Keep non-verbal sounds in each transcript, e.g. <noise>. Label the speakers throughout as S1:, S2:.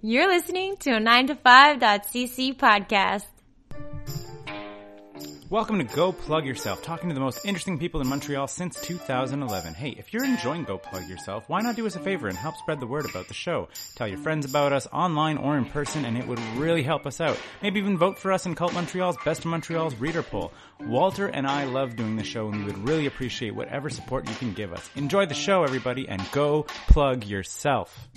S1: You're listening to a 9to5.cc podcast.
S2: Welcome to Go Plug Yourself, talking to the most interesting people in Montreal since 2011. Hey, if you're enjoying Go Plug Yourself, why not do us a favor and help spread the word about the show? Tell your friends about us online or in person, and it would really help us out. Maybe even vote for us in Cult Montreal's Best of Montreal's Reader Poll. Walter and I love doing the show, and we would really appreciate whatever support you can give us. Enjoy the show, everybody, and go plug yourself.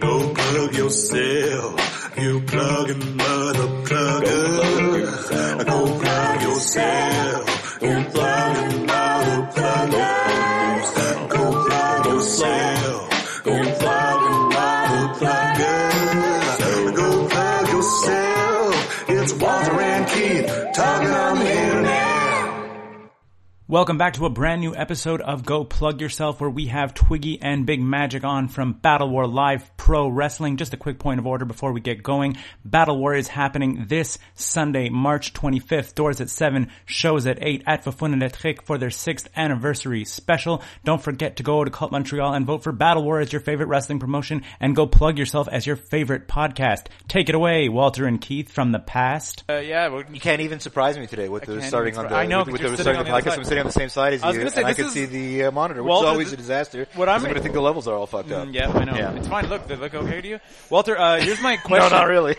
S3: Go plug yourself. You plugging mother plugger. Go plug yourself. You plugging mother plugger. Go plug yourself. You plugging mother plugger. Go plug yourself. It's Walter and Keith talking on the internet.
S2: Welcome back to a brand new episode of Go Plug Yourself where we have Twiggy and Big Magic on from Battle War Live Pro Wrestling. Just a quick point of order before we get going. Battle War is happening this Sunday, March 25th. Doors at 7, shows at 8 at Fafun and Etric for their 6th anniversary special. Don't forget to go to Cult Montreal and vote for Battle War as your favorite wrestling promotion and go plug yourself as your favorite podcast. Take it away, Walter and Keith from the past.
S4: Uh, yeah, well,
S5: You can't even surprise me today with the
S4: can't
S5: starting
S4: even
S5: on the.
S4: surpri- I know,
S5: with,
S4: 'cause
S5: with
S4: you're
S5: the
S4: sitting
S5: starting
S4: on the other
S5: podcast.
S4: side.
S5: I'm sitting on the same side as
S4: I was
S5: you,
S4: gonna say,
S5: and I
S4: this
S5: can
S4: is-
S5: see the uh, monitor, which
S4: Walter,
S5: is always
S4: this-
S5: a disaster.
S4: what
S5: 'cause
S4: I'm- Mm,
S5: I'm going to think the levels are all fucked up.
S4: yeah, I know.
S5: Yeah.
S4: It's fine. Look, they look okay to you. Walter, uh, here's
S5: <laughs>
S4: my
S5: No,
S4: question. <laughs>
S5: not really.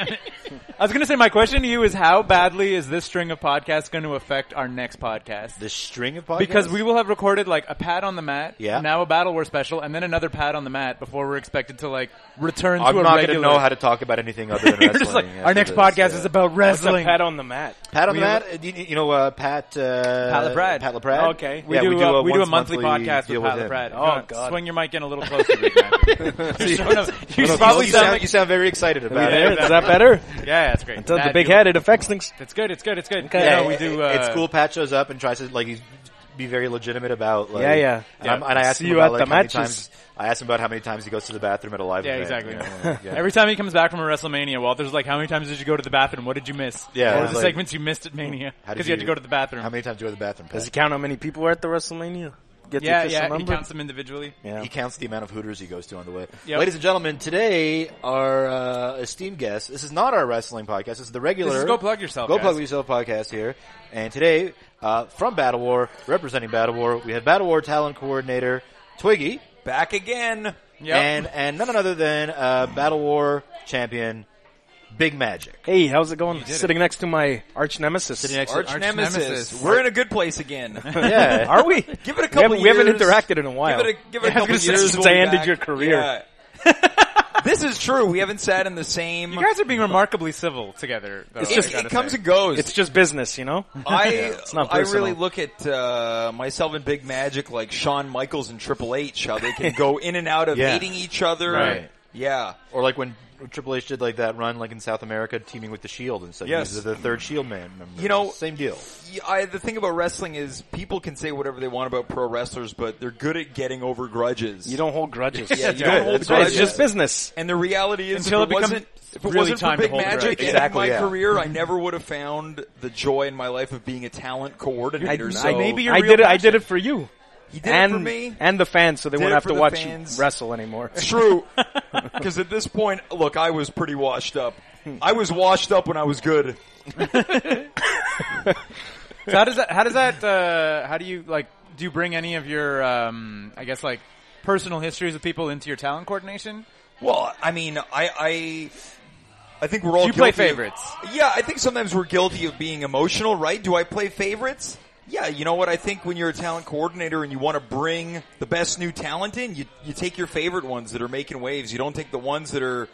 S4: I was going to say, my question to you is how badly is this string of podcasts going to affect our next podcast?
S5: the string of podcasts.
S4: because we will have recorded like a pat on the mat,
S5: Yeah.
S4: now a battle war special, and then another pat on the mat before we're expected to like return
S5: I'm
S4: to a
S5: not going to
S4: regular.
S5: know how to talk about anything other <laughs>
S4: <laughs>
S5: than
S4: You're
S5: wrestling.
S4: just like,
S5: after
S4: our next
S5: this,
S4: podcast
S5: yeah.
S4: is about wrestling.
S6: pat on the mat.
S5: Pat on
S4: we-
S5: that. uh, You, you know, uh, Pat. Uh,
S4: Pat LaPrad.
S5: Pat LaPrad.
S6: Okay.
S4: we
S5: Yeah,
S4: do, uh, we do a
S5: once
S4: monthly, podcast
S5: deal
S4: with Pat
S5: him.
S4: LaPrad.
S6: Oh,
S4: Come on,
S6: God.
S4: swing your mic in a little closer. Big
S5: <laughs>
S4: Mac. You're showing up-
S5: You,
S4: you
S5: know,
S4: probably
S5: you,
S4: sound
S5: sound,
S4: like-
S5: you sound very excited about it.
S6: Is that better?
S4: <laughs> yeah, that's great.
S6: Does the
S4: That-
S6: big
S4: you-
S6: head? It affects things.
S4: It's good. It's good. It's good.
S6: Okay.
S4: Yeah,
S6: Yeah,
S4: we do. Uh,
S5: it's cool. Pat shows up and tries to like he's be very legitimate about like
S6: Yeah, yeah.
S5: And, I'm- and I asked
S6: See
S5: him
S6: you
S5: about
S6: at
S5: like
S6: the
S5: how many
S6: matches.
S5: times I asked him about how many times he goes to the bathroom at a live
S4: Yeah,
S5: event.
S4: exactly. <laughs>
S5: Yeah, yeah.
S4: Every time he comes back from a WrestleMania, Walter's like, "How many times did you go to the bathroom? What did you miss?
S5: Yeah,
S4: what were the
S5: like-
S4: segments you missed at Mania?
S5: How did
S4: Because you had to go to the bathroom.
S5: How many times do you go to the bathroom? Pat?
S6: Does he count how many people were at the WrestleMania? Get the
S4: yeah,
S6: official
S4: yeah. He
S6: number?
S4: counts them individually.
S6: Yeah.
S5: He counts the amount of Hooters he goes to on the way.
S4: Yep.
S5: Ladies and gentlemen, today our uh, esteemed guest. This is not our wrestling podcast. This is the regular.
S4: This is Go Plug Yourself,
S5: Go
S4: guys.
S5: plug yourself podcast here. And today, uh, from Battle War, representing Battle War, we have Battle War talent coordinator Twiggy.
S7: back again.
S4: Yep.
S5: And and none other than uh, Battle War champion Big Magic.
S6: Hey, how's it going? Sitting next to my arch nemesis.
S5: Sitting next
S7: Arch,
S5: to
S7: nemesis.
S4: nemesis.
S7: We're in a good place again.
S5: yeah.
S6: <laughs> Are we?
S7: Give it
S6: we,
S7: a couple
S6: haven't, we haven't
S7: years.
S6: interacted in a while.
S7: Give it a, give it a
S6: I was
S7: couple
S6: gonna say,
S7: years.
S6: since
S7: we'll
S6: I
S7: be
S6: ended
S7: back.
S6: your career. <laughs>
S7: Yeah. this is true. We haven't sat in the same.
S4: You guys are being remarkably civil together. Though,
S6: It's
S4: I
S7: it,
S6: just-
S4: gotta
S7: it comes
S4: say.
S7: and goes.
S6: It's just business, you know?
S7: I
S6: not
S7: I
S6: personal.
S7: really look at uh, myself and Big Magic like Shawn Michaels and Triple H, how they can
S6: <laughs>
S7: go in and out of
S5: Yeah.
S7: hating each other.
S5: Right.
S7: Yeah.
S5: Or like when Triple H did like that run like in South America teaming with the Shield and stuff.
S7: Yes.
S5: He's the third Shield man. member.
S7: You know-
S5: same deal.
S7: Yeah, I, the thing about wrestling is people can say whatever they want about pro wrestlers, but they're good at getting over grudges.
S6: You don't hold grudges.
S7: Yeah, you
S4: Yeah,
S7: don't hold
S6: That's right. <laughs> It's
S7: grudges.
S6: just business.
S7: And the reality is,
S4: Until
S7: if
S4: it
S7: it,
S4: becomes
S7: wasn't, if it
S4: really
S7: wasn't
S4: time
S7: for
S4: to
S7: Big
S4: hold a grudge.
S7: Magic
S5: Exactly,
S7: and my
S5: yeah.
S7: career, I never would have found the joy in my life of being a talent coordinator. so
S4: I- maybe you're- Your
S6: I
S4: real
S6: did it. I
S4: passion.
S6: did it for you.
S7: he did
S6: and
S7: it for me.
S6: and the fans, so they
S7: Did
S6: won't
S7: it
S6: have
S7: for
S6: to
S7: the
S6: watch
S7: fans.
S6: you wrestle anymore.
S4: <laughs>
S7: <laughs> True, because at this point, look, I was pretty washed up. I was washed up when I was good.
S4: So how does that? How does that? Uh, how do you like? Do you bring any of your, um, I guess, like personal histories of people into your talent coordination?
S7: Well, I mean, I, I, I think we're all.
S4: You play
S7: guilty of-
S4: favorites.
S7: yeah, I think sometimes we're guilty of being emotional, right? Do I play favorites? Yeah, you know what? I think when you're a talent coordinator and you want to bring the best new talent in, you you take your favorite ones that are making waves. You don't take the ones that are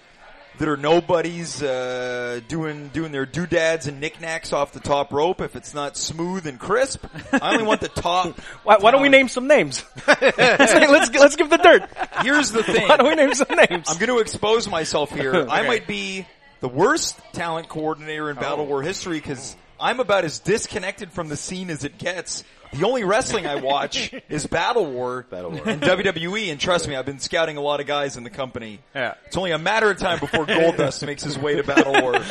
S7: that are nobodies uh, doing doing their doodads and knickknacks off the top rope. If it's not smooth and crisp, I only want the top.
S6: <laughs> Why, why don't we
S7: talent.
S6: name some names? <laughs> let's, let's let's give the dirt.
S7: Here's the thing.
S6: <laughs> Why don't we name some names?
S7: I'm going to expose myself here.
S5: <laughs>
S7: I might be the worst talent coordinator in
S5: Oh.
S7: Battle War history because I'm about as disconnected from the scene as it gets. The only wrestling
S5: <laughs>
S7: I watch is Battle War,
S5: Battle War.
S7: and WWE, and trust me, I've been scouting a lot of guys in the company.
S4: Yeah.
S7: It's only a matter of time before Goldust makes his way to
S5: <laughs>
S7: Battle War.
S4: Uh,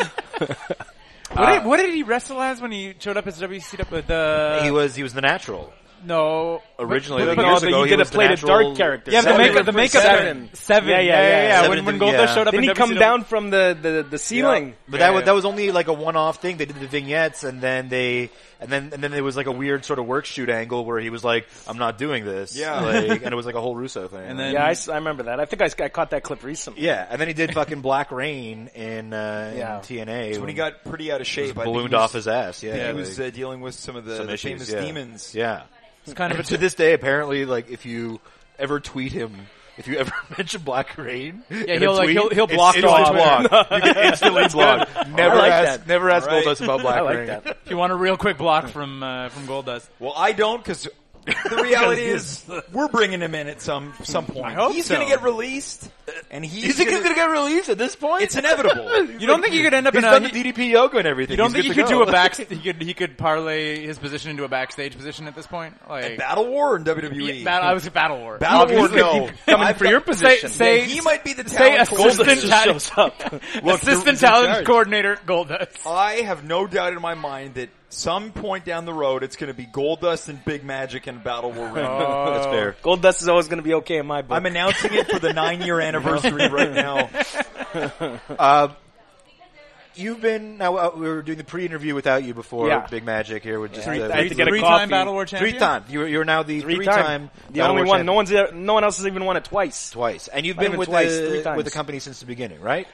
S4: What, did, what did he wrestle as when he showed up as WCW? The
S5: he was he was the natural.
S4: no.
S5: Originally,
S4: uh, But-
S5: like
S4: but-
S5: years
S6: but
S5: ago,
S6: you
S5: he
S6: could
S5: was
S6: have
S5: the
S6: played
S5: natural-
S6: a dark character.
S2: Yeah, but the
S6: Seven.
S2: makeup- the makeup-
S6: Seven.
S2: Seven.
S6: Yeah, yeah,
S2: Yeah,
S6: yeah.
S2: yeah, yeah.
S5: Seven
S2: When,
S5: and
S2: when
S5: three,
S2: Goldust
S5: yeah.
S2: showed up,
S6: Then
S2: in
S6: he come
S2: WCW
S6: down from the, the, the ceiling.
S5: But that was that was only like a one off thing. They did the vignettes, and then they and then and then there was like a weird sort of work shoot angle where he was like, "I'm not doing this."
S7: Yeah.
S5: like, and it was like a whole Russo thing.
S4: And then
S6: Yeah, I, s- I remember that. I think I, s- I caught that clip recently.
S5: yeah, and then he did fucking Black Rain in, uh,
S6: Yeah.
S5: in TNA
S7: When he got pretty out of shape, I think
S5: ballooned
S7: he was-
S5: off his ass. Yeah,
S7: He
S5: like,
S7: was uh, dealing with some of the,
S5: some
S7: the
S5: issues,
S7: famous
S5: yeah.
S7: demons.
S5: Yeah,
S4: it's kind of a
S5: and to this day, apparently, like if you ever tweet him. If you ever <laughs> mention Black Rain, yeah,
S4: he'll, like,
S5: tweet,
S4: he'll- he'll
S5: it's
S4: block you on
S5: instantly
S4: Twitter.
S5: blocked. You get instantly blocked. Never
S6: like
S5: ask,
S6: that.
S5: never ask
S7: All right.
S5: Goldust about Black
S6: I like
S5: Rain.
S6: that.
S4: if you want a real quick block from uh, from Goldust.
S7: Well, I don't because the reality is we're bringing him in at some some point.
S4: hope
S7: he's
S4: so.
S7: going to get released, and he's
S5: Is it
S7: gonna-
S5: going to get released at this point?
S7: It's inevitable.
S4: <laughs> You don't think you could end up
S5: He's
S4: in
S5: done
S4: a
S5: the DDP yoga and everything.
S4: you don't
S5: He's
S4: think you
S5: good
S4: could
S5: to
S4: do a
S5: go.
S4: back he could he could parlay his position into a backstage position at this point? Like
S7: Battle War and WWE.
S4: battle, I was a battle war.
S7: Battle E. War,
S5: Obviously,
S7: no.
S6: Coming
S7: I've
S6: for
S7: got-
S6: your position.
S4: say-
S7: he might be the
S4: Say
S7: talent.
S4: assistant,
S6: Goldust just
S4: talent-
S6: shows up.
S4: assistant talent coordinator Goldust.
S7: I have no doubt in my mind that some point down the road, it's going to be Goldust and Big Magic and Battle War. Ring.
S5: That's fair.
S6: <laughs> Gold Dust is always going to be okay in my book.
S7: I'm announcing it for the nine year anniversary
S5: <laughs>
S7: right now.
S5: Uh, You've been now. Uh, we were doing the pre-interview without you before.
S6: Yeah.
S5: Big Magic here with just
S6: Three-
S5: uh,
S6: I had to get a
S4: Three-time
S6: coffee.
S4: battle war champion.
S5: three time. You're, you're now the
S6: three,
S5: three time.
S6: time. The only one. No one's. ever- No one else has even won it twice.
S5: twice, and you've
S6: Not
S5: been
S6: even
S5: with
S6: twice, three
S5: the,
S6: times.
S5: with the company since the beginning, right?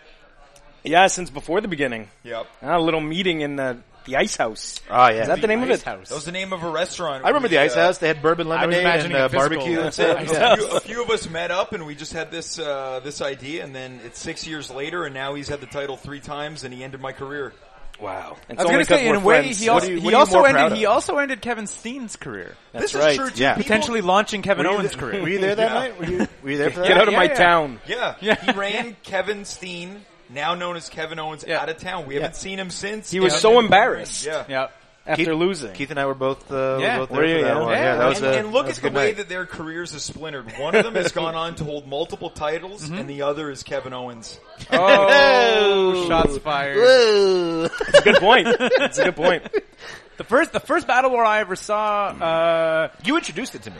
S6: Yeah, since before the beginning.
S7: Yep.
S6: I had a little meeting in the the ice house.
S5: Ah, yeah.
S6: Is that the name of it?
S7: That was the name of a restaurant. uh,
S5: I remember the Ice House. They had bourbon lemonade and
S4: imagining
S5: uh,
S4: a physical
S5: barbecue.
S4: Ice
S5: That's it. <laughs>
S4: House.
S5: Yeah.
S7: <laughs> A few, a few of us met up and we just had this uh, this idea, and then it's six years later, and now he's had the title three times, and he ended my career.
S6: Wow. It's
S4: I was
S6: only
S4: going to
S6: 'cause
S4: say,
S6: we're
S4: in a way,
S6: friends.
S4: he
S5: What
S4: also,
S5: are you- what are
S4: he
S5: you
S4: also
S5: more
S4: ended.
S5: proud
S4: He
S5: of?
S4: also ended Kevin Steen's career,
S6: That's
S7: this
S6: right.
S7: is true. Too.
S5: Yeah.
S7: People-
S4: potentially launching Kevin
S5: Were you
S4: Owens'
S5: th-
S4: career.
S5: Were you there that night? Were you, were you there for that?
S6: <laughs> Get out of
S4: Yeah,
S6: my
S4: yeah.
S6: town.
S7: Yeah.
S4: Yeah.
S7: He ran Kevin Steen, now known as Kevin Owens,
S4: Yeah.
S7: out of town. We haven't seen him since.
S6: He was
S7: Yeah.
S6: so embarrassed
S7: Yeah.
S4: Yeah,
S7: <laughs>
S6: after losing.
S5: Keith and I were both, uh,
S4: Yeah.
S5: were both there
S6: Were you,
S5: for that
S6: yeah?
S5: one.
S4: Yeah.
S5: Yeah, that was
S7: And,
S5: a,
S7: and look
S5: that was
S7: at
S5: a
S7: the
S5: good
S7: way
S5: night.
S7: that their careers are splintered. One of them has gone on to hold multiple titles,
S6: Mm-hmm.
S7: and the other is Kevin Owens.
S4: Oh, shots fired.
S6: It's a good point. <laughs> It's a good point.
S4: The first, the first battle war I ever saw.
S7: Hmm.
S4: Uh,
S5: You introduced it to me.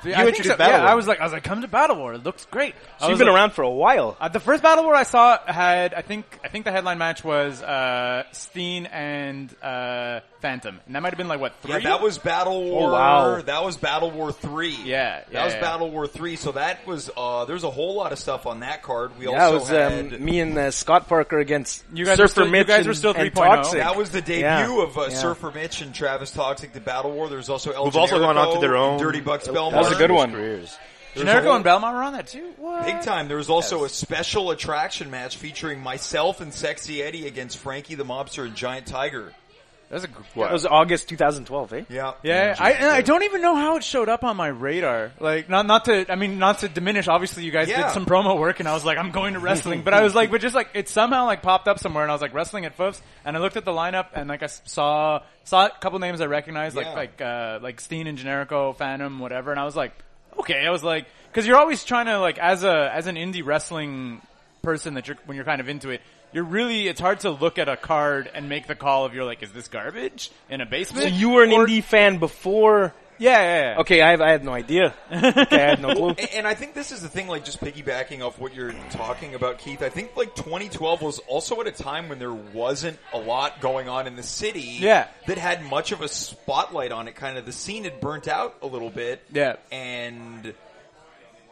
S4: I think
S5: introduced
S4: so.
S5: Battle
S4: yeah,
S5: War.
S4: I was like, I was like, come to battle war. It looks great. I
S6: So you've
S4: was
S6: been
S4: like-
S6: around for a while.
S4: Uh, the first battle war I saw had, I think, I think the headline match was uh, Steen and uh, Phantom, and that might have been like what three?
S7: Yeah, that was Battle
S5: Oh,
S7: War.
S6: wow.
S7: That was Battle War Three.
S4: Yeah,
S7: that
S4: yeah,
S7: was
S4: yeah.
S7: Battle War Three. So that was uh, there's a whole lot of stuff on that card. We
S6: Yeah, it
S7: also
S6: was
S7: had
S6: um, me and uh, Scott Parker against
S4: You guys
S6: Surfer
S4: were still- you
S6: Mitch
S4: guys
S6: and-
S4: were still 3.0.
S6: and Toxic.
S7: that was the debut
S6: Yeah,
S7: of uh,
S6: yeah.
S7: Surfer Mitch and Travis Toxic. The Battle War. There's also El
S5: Who've also
S7: Generico,
S5: gone on to their own.
S7: Dirty Bucks Belmont.
S6: was a good one.
S5: Careers.
S7: There's a
S4: Generico
S7: whole-
S4: and Belmont were on that too. What?
S7: Big time. There was also a special attraction match featuring myself and Sexy Eddie against Frankie the Mobster and Giant Tiger.
S4: That was a gr-
S6: That was August 2012, eh?
S7: Yeah.
S4: Yeah, I, and I don't even know how it showed up on my radar. Like, not not to, I mean, not to diminish. Obviously, you guys
S7: Yeah.
S4: did some promo work, and I was like, I'm going to wrestling. but I was like, but just like it somehow like popped up somewhere, and I was like wrestling at Foofs, and I looked at the lineup, and like I s- saw saw a couple names I recognized, like
S7: Yeah.
S4: like uh, like Steen and Generico, Phantom, whatever, and I was like, okay, I was like, because you're always trying to like as a as an indie wrestling person that you're when you're kind of into it. You're really, it's hard to look at a card and make the call of you're like, is this garbage in a basement?
S6: So you were an
S4: Or-
S6: indie fan before.
S4: yeah, yeah, yeah.
S6: Okay, I, have, I had no idea. Okay, I had no
S7: <laughs>
S6: clue.
S7: And- And I think this is the thing, like just piggybacking off what you're talking about, Keith. I think like 2012 was also at a time when there wasn't a lot going on in the city.
S4: Yeah.
S7: That had much of a spotlight on it. Kind of the scene had burnt out a little bit.
S4: Yeah.
S7: And,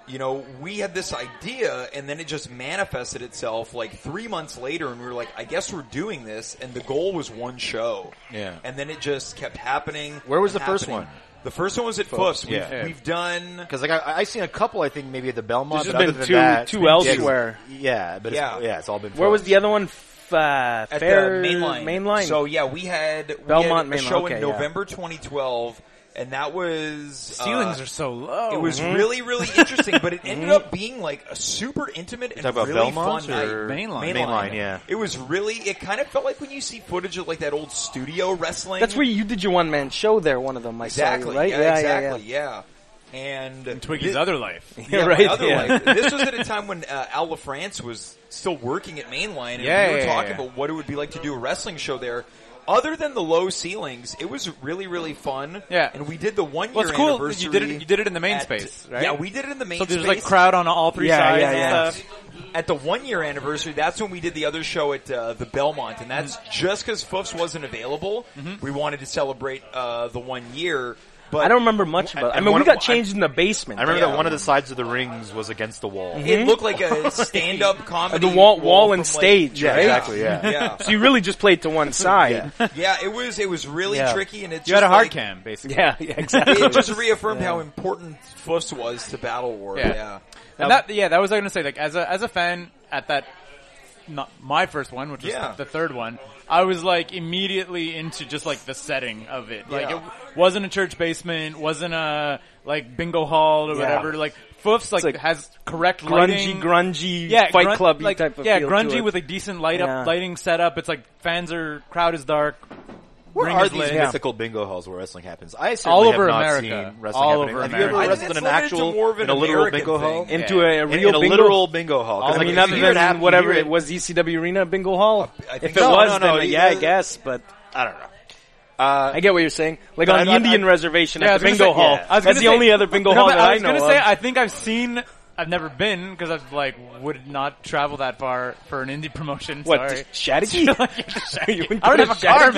S7: you know, we had this idea and then it just manifested itself like three months later and we were like, I guess we're doing this. And the goal was one show.
S5: Yeah.
S7: And then it just kept happening.
S5: Where was
S7: and
S5: the first
S7: happening.
S5: one?
S7: The first one was at Foofs. We've,
S5: yeah.
S7: we've done.
S5: Because like I, I seen a couple, I think maybe at the Belmont.
S6: There's
S5: but
S6: just
S5: other
S6: been
S5: than
S6: two-
S5: that,
S6: two
S5: yeah,
S6: elsewhere.
S5: Yeah, but yeah, it's,
S7: Yeah.
S5: yeah, it's all been.
S6: Where
S5: fun.
S6: was the other one? F- uh,
S7: at
S6: Fair
S7: the mainline.
S6: Mainline.
S7: So yeah, we had we
S6: Belmont
S7: had a
S6: Mainline,
S7: show
S6: okay,
S7: in
S6: yeah.
S7: November 2012, and that was uh,
S4: ceilings are so Mhm. low. Mm-hmm.
S7: It was really really interesting, but it ended
S6: Mhm.
S7: up being like a super intimate and
S5: talking about
S7: really
S5: Belmont
S7: fun
S5: or-
S7: night.
S4: Mainline.
S5: Mainline, yeah.
S7: It was really. It kind of felt like when you see footage of like that old studio wrestling.
S6: That's where you did your one man show there, one of them, I saw
S7: exactly
S6: you, right?
S7: yeah, exactly yeah. And,
S4: Twiggy's
S7: thi-
S4: other life.
S6: yeah.
S7: Yeah, my
S6: right.
S7: other
S6: yeah.
S7: life. This was at
S4: <laughs>
S7: a time when uh, Al LaFrance was still working at Mainline, and
S4: Yeah,
S7: we were
S4: yeah,
S7: talking
S4: yeah.
S7: about what it would be like to do a wrestling show there. other than the low ceilings, it was really really fun.
S4: Yeah.
S7: and we did the one year
S4: Well, it's cool that
S7: anniversary.
S4: you did it. You did it in the main
S7: at-
S4: space, right?
S7: Yeah, we did it in the main.
S4: So there's
S7: space.
S4: like crowd on all three
S6: Yeah,
S4: sides.
S6: yeah,
S4: and
S6: yeah.
S4: stuff.
S7: At the one year anniversary, that's when we did the other show at uh, the Belmont, and that's
S4: Mm-hmm.
S7: just because Foofs wasn't available. We wanted to celebrate uh, the one year, but
S6: I don't remember much about it. I
S5: and
S6: mean,
S5: one
S6: we
S5: of-
S6: got changed in the basement.
S5: I remember
S7: Yeah.
S5: that one of the sides of the rings was against the wall.
S7: It looked like
S6: <laughs>
S7: a stand up comedy.
S6: Mhm. The wall- wall
S7: from,
S6: and stage, right?
S5: exactly, yeah.
S7: yeah.
S6: <laughs> So you really just played to one side. Yeah,
S7: Yeah, it was it was really
S6: Yeah.
S7: tricky, and it
S4: You had
S7: just,
S4: a hard
S7: like,
S4: cam, basically.
S6: yeah,
S4: <laughs>
S6: exactly. <laughs>
S7: It just reaffirmed how important Fuss was to Battle War.
S4: Yeah.
S7: Yeah.
S4: And that, yeah, that was I was gonna say. Like as a as a fan at that, not my first one, which was
S7: Yeah.
S4: the, the third one. I was like immediately into just like the setting of it. Like
S7: Yeah.
S4: it wasn't a church basement, wasn't a like bingo hall or whatever. Like Foofs like,
S6: like
S4: has correct
S6: grungy,
S4: lighting.
S6: grungy,
S4: yeah,
S6: Fight
S4: grun-
S6: Club
S4: like,
S6: type of
S4: yeah,
S6: feel to
S4: grungy
S6: it.
S4: with a decent light
S6: Yeah.
S4: up lighting setup. It's like fans are crowd is dark.
S5: Where
S4: Ring
S5: are
S4: is
S5: these
S4: lit.
S5: mythical bingo halls where wrestling happens? I
S4: All
S5: certainly
S4: over
S5: have not
S4: America.
S5: seen wrestling
S4: All
S5: happening.
S4: over
S5: Have
S4: America.
S5: you
S4: I
S5: ever
S4: think
S5: wrestled
S7: it's
S5: in an
S7: limited to
S5: actual,
S7: more of an
S5: in a literal
S7: American
S5: bingo hall?
S7: thing.
S6: into a, a
S5: In,
S6: real
S5: in a
S6: bingo.
S5: literal bingo hall. 'Cause,
S6: I
S5: like,
S6: mean,
S5: if
S6: other
S5: you hear it
S6: than
S5: happen- you
S6: whatever
S5: hear
S6: it was, ECW Arena bingo hall.
S7: I think
S6: if it
S7: so.
S6: was,
S7: No, no,
S6: then yeah, Uh, I
S7: either-
S6: guess. But
S5: I don't know.
S6: I get what you're saying. Like
S5: But
S6: on
S5: I-
S6: the
S5: I-
S6: Indian
S5: I-
S6: reservation
S4: Yeah, I
S6: at
S4: was
S6: the
S4: gonna
S6: bingo
S4: say-
S6: hall.
S4: yeah. I was
S6: That's
S4: gonna
S6: the
S4: say-
S6: only other bingo
S4: No,
S6: hall
S4: but
S6: that
S4: I
S6: I
S4: was
S6: know
S4: gonna
S6: of.
S4: say I think I've seen. I've never been because I've like would not travel that far for an indie <laughs> promotion.
S6: what, <laughs>
S4: Sorry.
S6: to Shattaki? You wouldn't
S4: I don't
S6: go to
S4: have a car,
S6: Shattaki?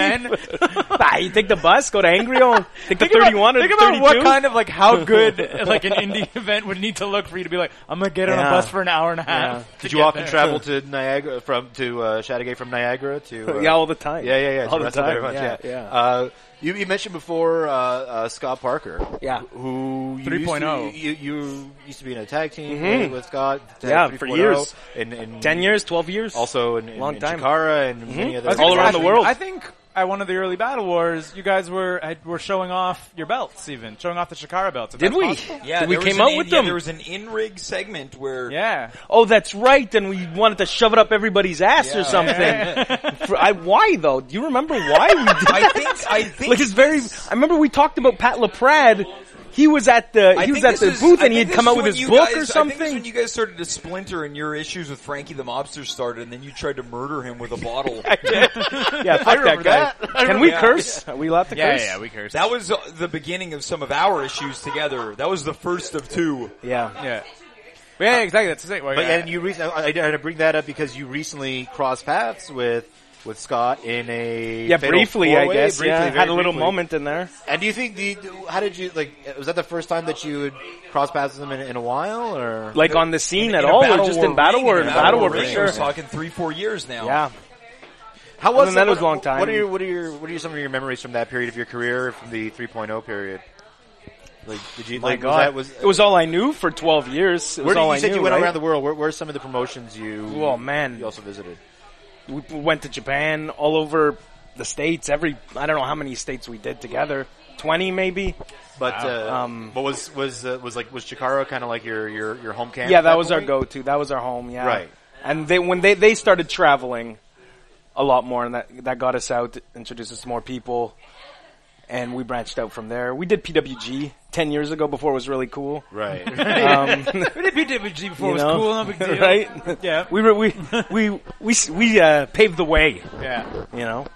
S4: man.
S6: <laughs> bah, you take the bus, go to Angrio, take the
S4: Think about-
S6: 31 or
S4: think
S6: the
S4: about
S6: 32.
S4: what kind of like
S6: <laughs>
S4: how good <laughs> like an indie event would need to look for you to be like I'm gonna get on a
S6: Yeah.
S4: bus for an hour and a half.
S6: Yeah.
S4: to
S5: Did you
S4: get
S5: often
S4: there.
S5: travel to Niagara from to uh, Chateauguay from Niagara
S6: <laughs>
S5: to? Uh,
S6: yeah, all the time.
S5: yeah, yeah, yeah.
S6: All the
S5: That's it
S6: time.
S5: very much. Yeah, Uh, you, you mentioned before uh, uh, Scott Parker.
S6: Yeah. oh.
S5: who you
S4: 3.0.
S5: used to- You, you used to be in a tag team
S6: Mhm.
S5: with Scott. tag
S6: Yeah, for
S5: 3.0,
S6: years.
S5: In, in
S6: 10 years, 12 years.
S5: Also in, in,
S6: Long
S5: in
S6: time. Mm-hmm.
S5: Chikara and many other
S4: I was gonna
S6: All
S4: say,
S6: around the
S4: actually,
S6: world.
S4: I think at one of the early battle wars, you guys were had- were showing off your belts, even showing off the Shakara belts. if
S6: Did
S4: that's
S6: we?
S4: possible.
S7: Yeah,
S6: Did we
S7: there was
S6: came
S7: an
S6: out
S7: in-
S6: with
S7: yeah,
S6: them.
S7: There was an in rig segment where
S4: Yeah.
S6: Oh, that's right. Then we wanted to shove it up everybody's ass or something. For- I, why though? Do you remember why we did
S7: I
S6: that? <laughs>
S7: think I think
S6: Like it's very. I remember we talked about Pat LaPrade. He was at the
S7: I
S6: he was
S7: think
S6: at the
S7: this is-
S6: booth
S7: I
S6: and he had
S7: think this
S6: come
S7: is
S6: out with
S7: when
S6: his
S7: you
S6: book or
S7: guys- I think this is when
S6: something.
S7: you guys started to splinter and your issues with Frankie the Mobster started, and then you tried to murder him with a
S6: <laughs>
S7: bottle.
S6: Yeah, fuck that guy. Can we curse? Are we allowed to
S4: Yeah,
S6: curse?
S4: yeah, yeah, we cursed.
S7: that was uh, the beginning of some of our issues together. That was the first of two.
S6: yeah.
S4: yeah. Yeah, exactly. That's the same. Well,
S5: But
S4: yeah.
S5: and you recently, I, I I bring that up because you recently crossed paths with with Scott in a
S6: Yeah,
S5: fatal
S6: briefly, I
S5: four-way,
S6: guess.
S5: briefly,
S6: yeah,
S5: very
S6: had a little
S5: briefly.
S6: moment in there.
S5: And do you think the how did you like? Was that the first time that you would cross paths with him in, in a while, or
S6: Like on the scene
S7: In
S6: at
S7: a
S6: all, or
S7: Battle
S6: just
S7: War
S6: in Battle
S7: ring,
S6: War?
S7: in
S6: In
S7: a
S6: Battle War,
S7: War
S6: for
S7: ring,
S6: sure.
S7: We're talking three, four years now.
S6: Yeah.
S5: how
S6: other than that,
S5: What-
S6: it was a long time.
S5: What are your what are your what are your- some of your memories from that period of your career from the 3.0 period? Like, did you?
S6: My
S5: like,
S6: God,
S5: was that,
S6: it was all I knew for 12 years. It was
S5: where did,
S6: all
S5: you
S6: I
S5: said
S6: knew,
S5: you went
S6: right?
S5: around the world? Where, where are some of the promotions you?
S6: Oh, man.
S5: you also visited.
S6: we we went to Japan, all over the states. Every I don't know how many states we did together, twenty maybe.
S5: But uh,
S6: Um,
S5: but was was uh, was like was Chikara kind of like your your your home camp?
S6: Yeah,
S5: at
S6: that was our
S5: point?
S6: go-to. That was our home. Yeah,
S5: Right.
S6: And they when they they started traveling a lot more, and that that got us out, introduced us to more people, and we branched out from there. We did PWG ten years ago before it was really cool.
S4: <laughs>
S6: <laughs>
S5: Right.
S6: Um,
S4: we did BWG before. It was
S6: you know?
S4: cool. No
S6: <laughs>
S4: big deal.
S6: right?
S4: Yeah.
S6: we were we we we s- we uh, paved the way.
S4: Yeah.
S6: You know.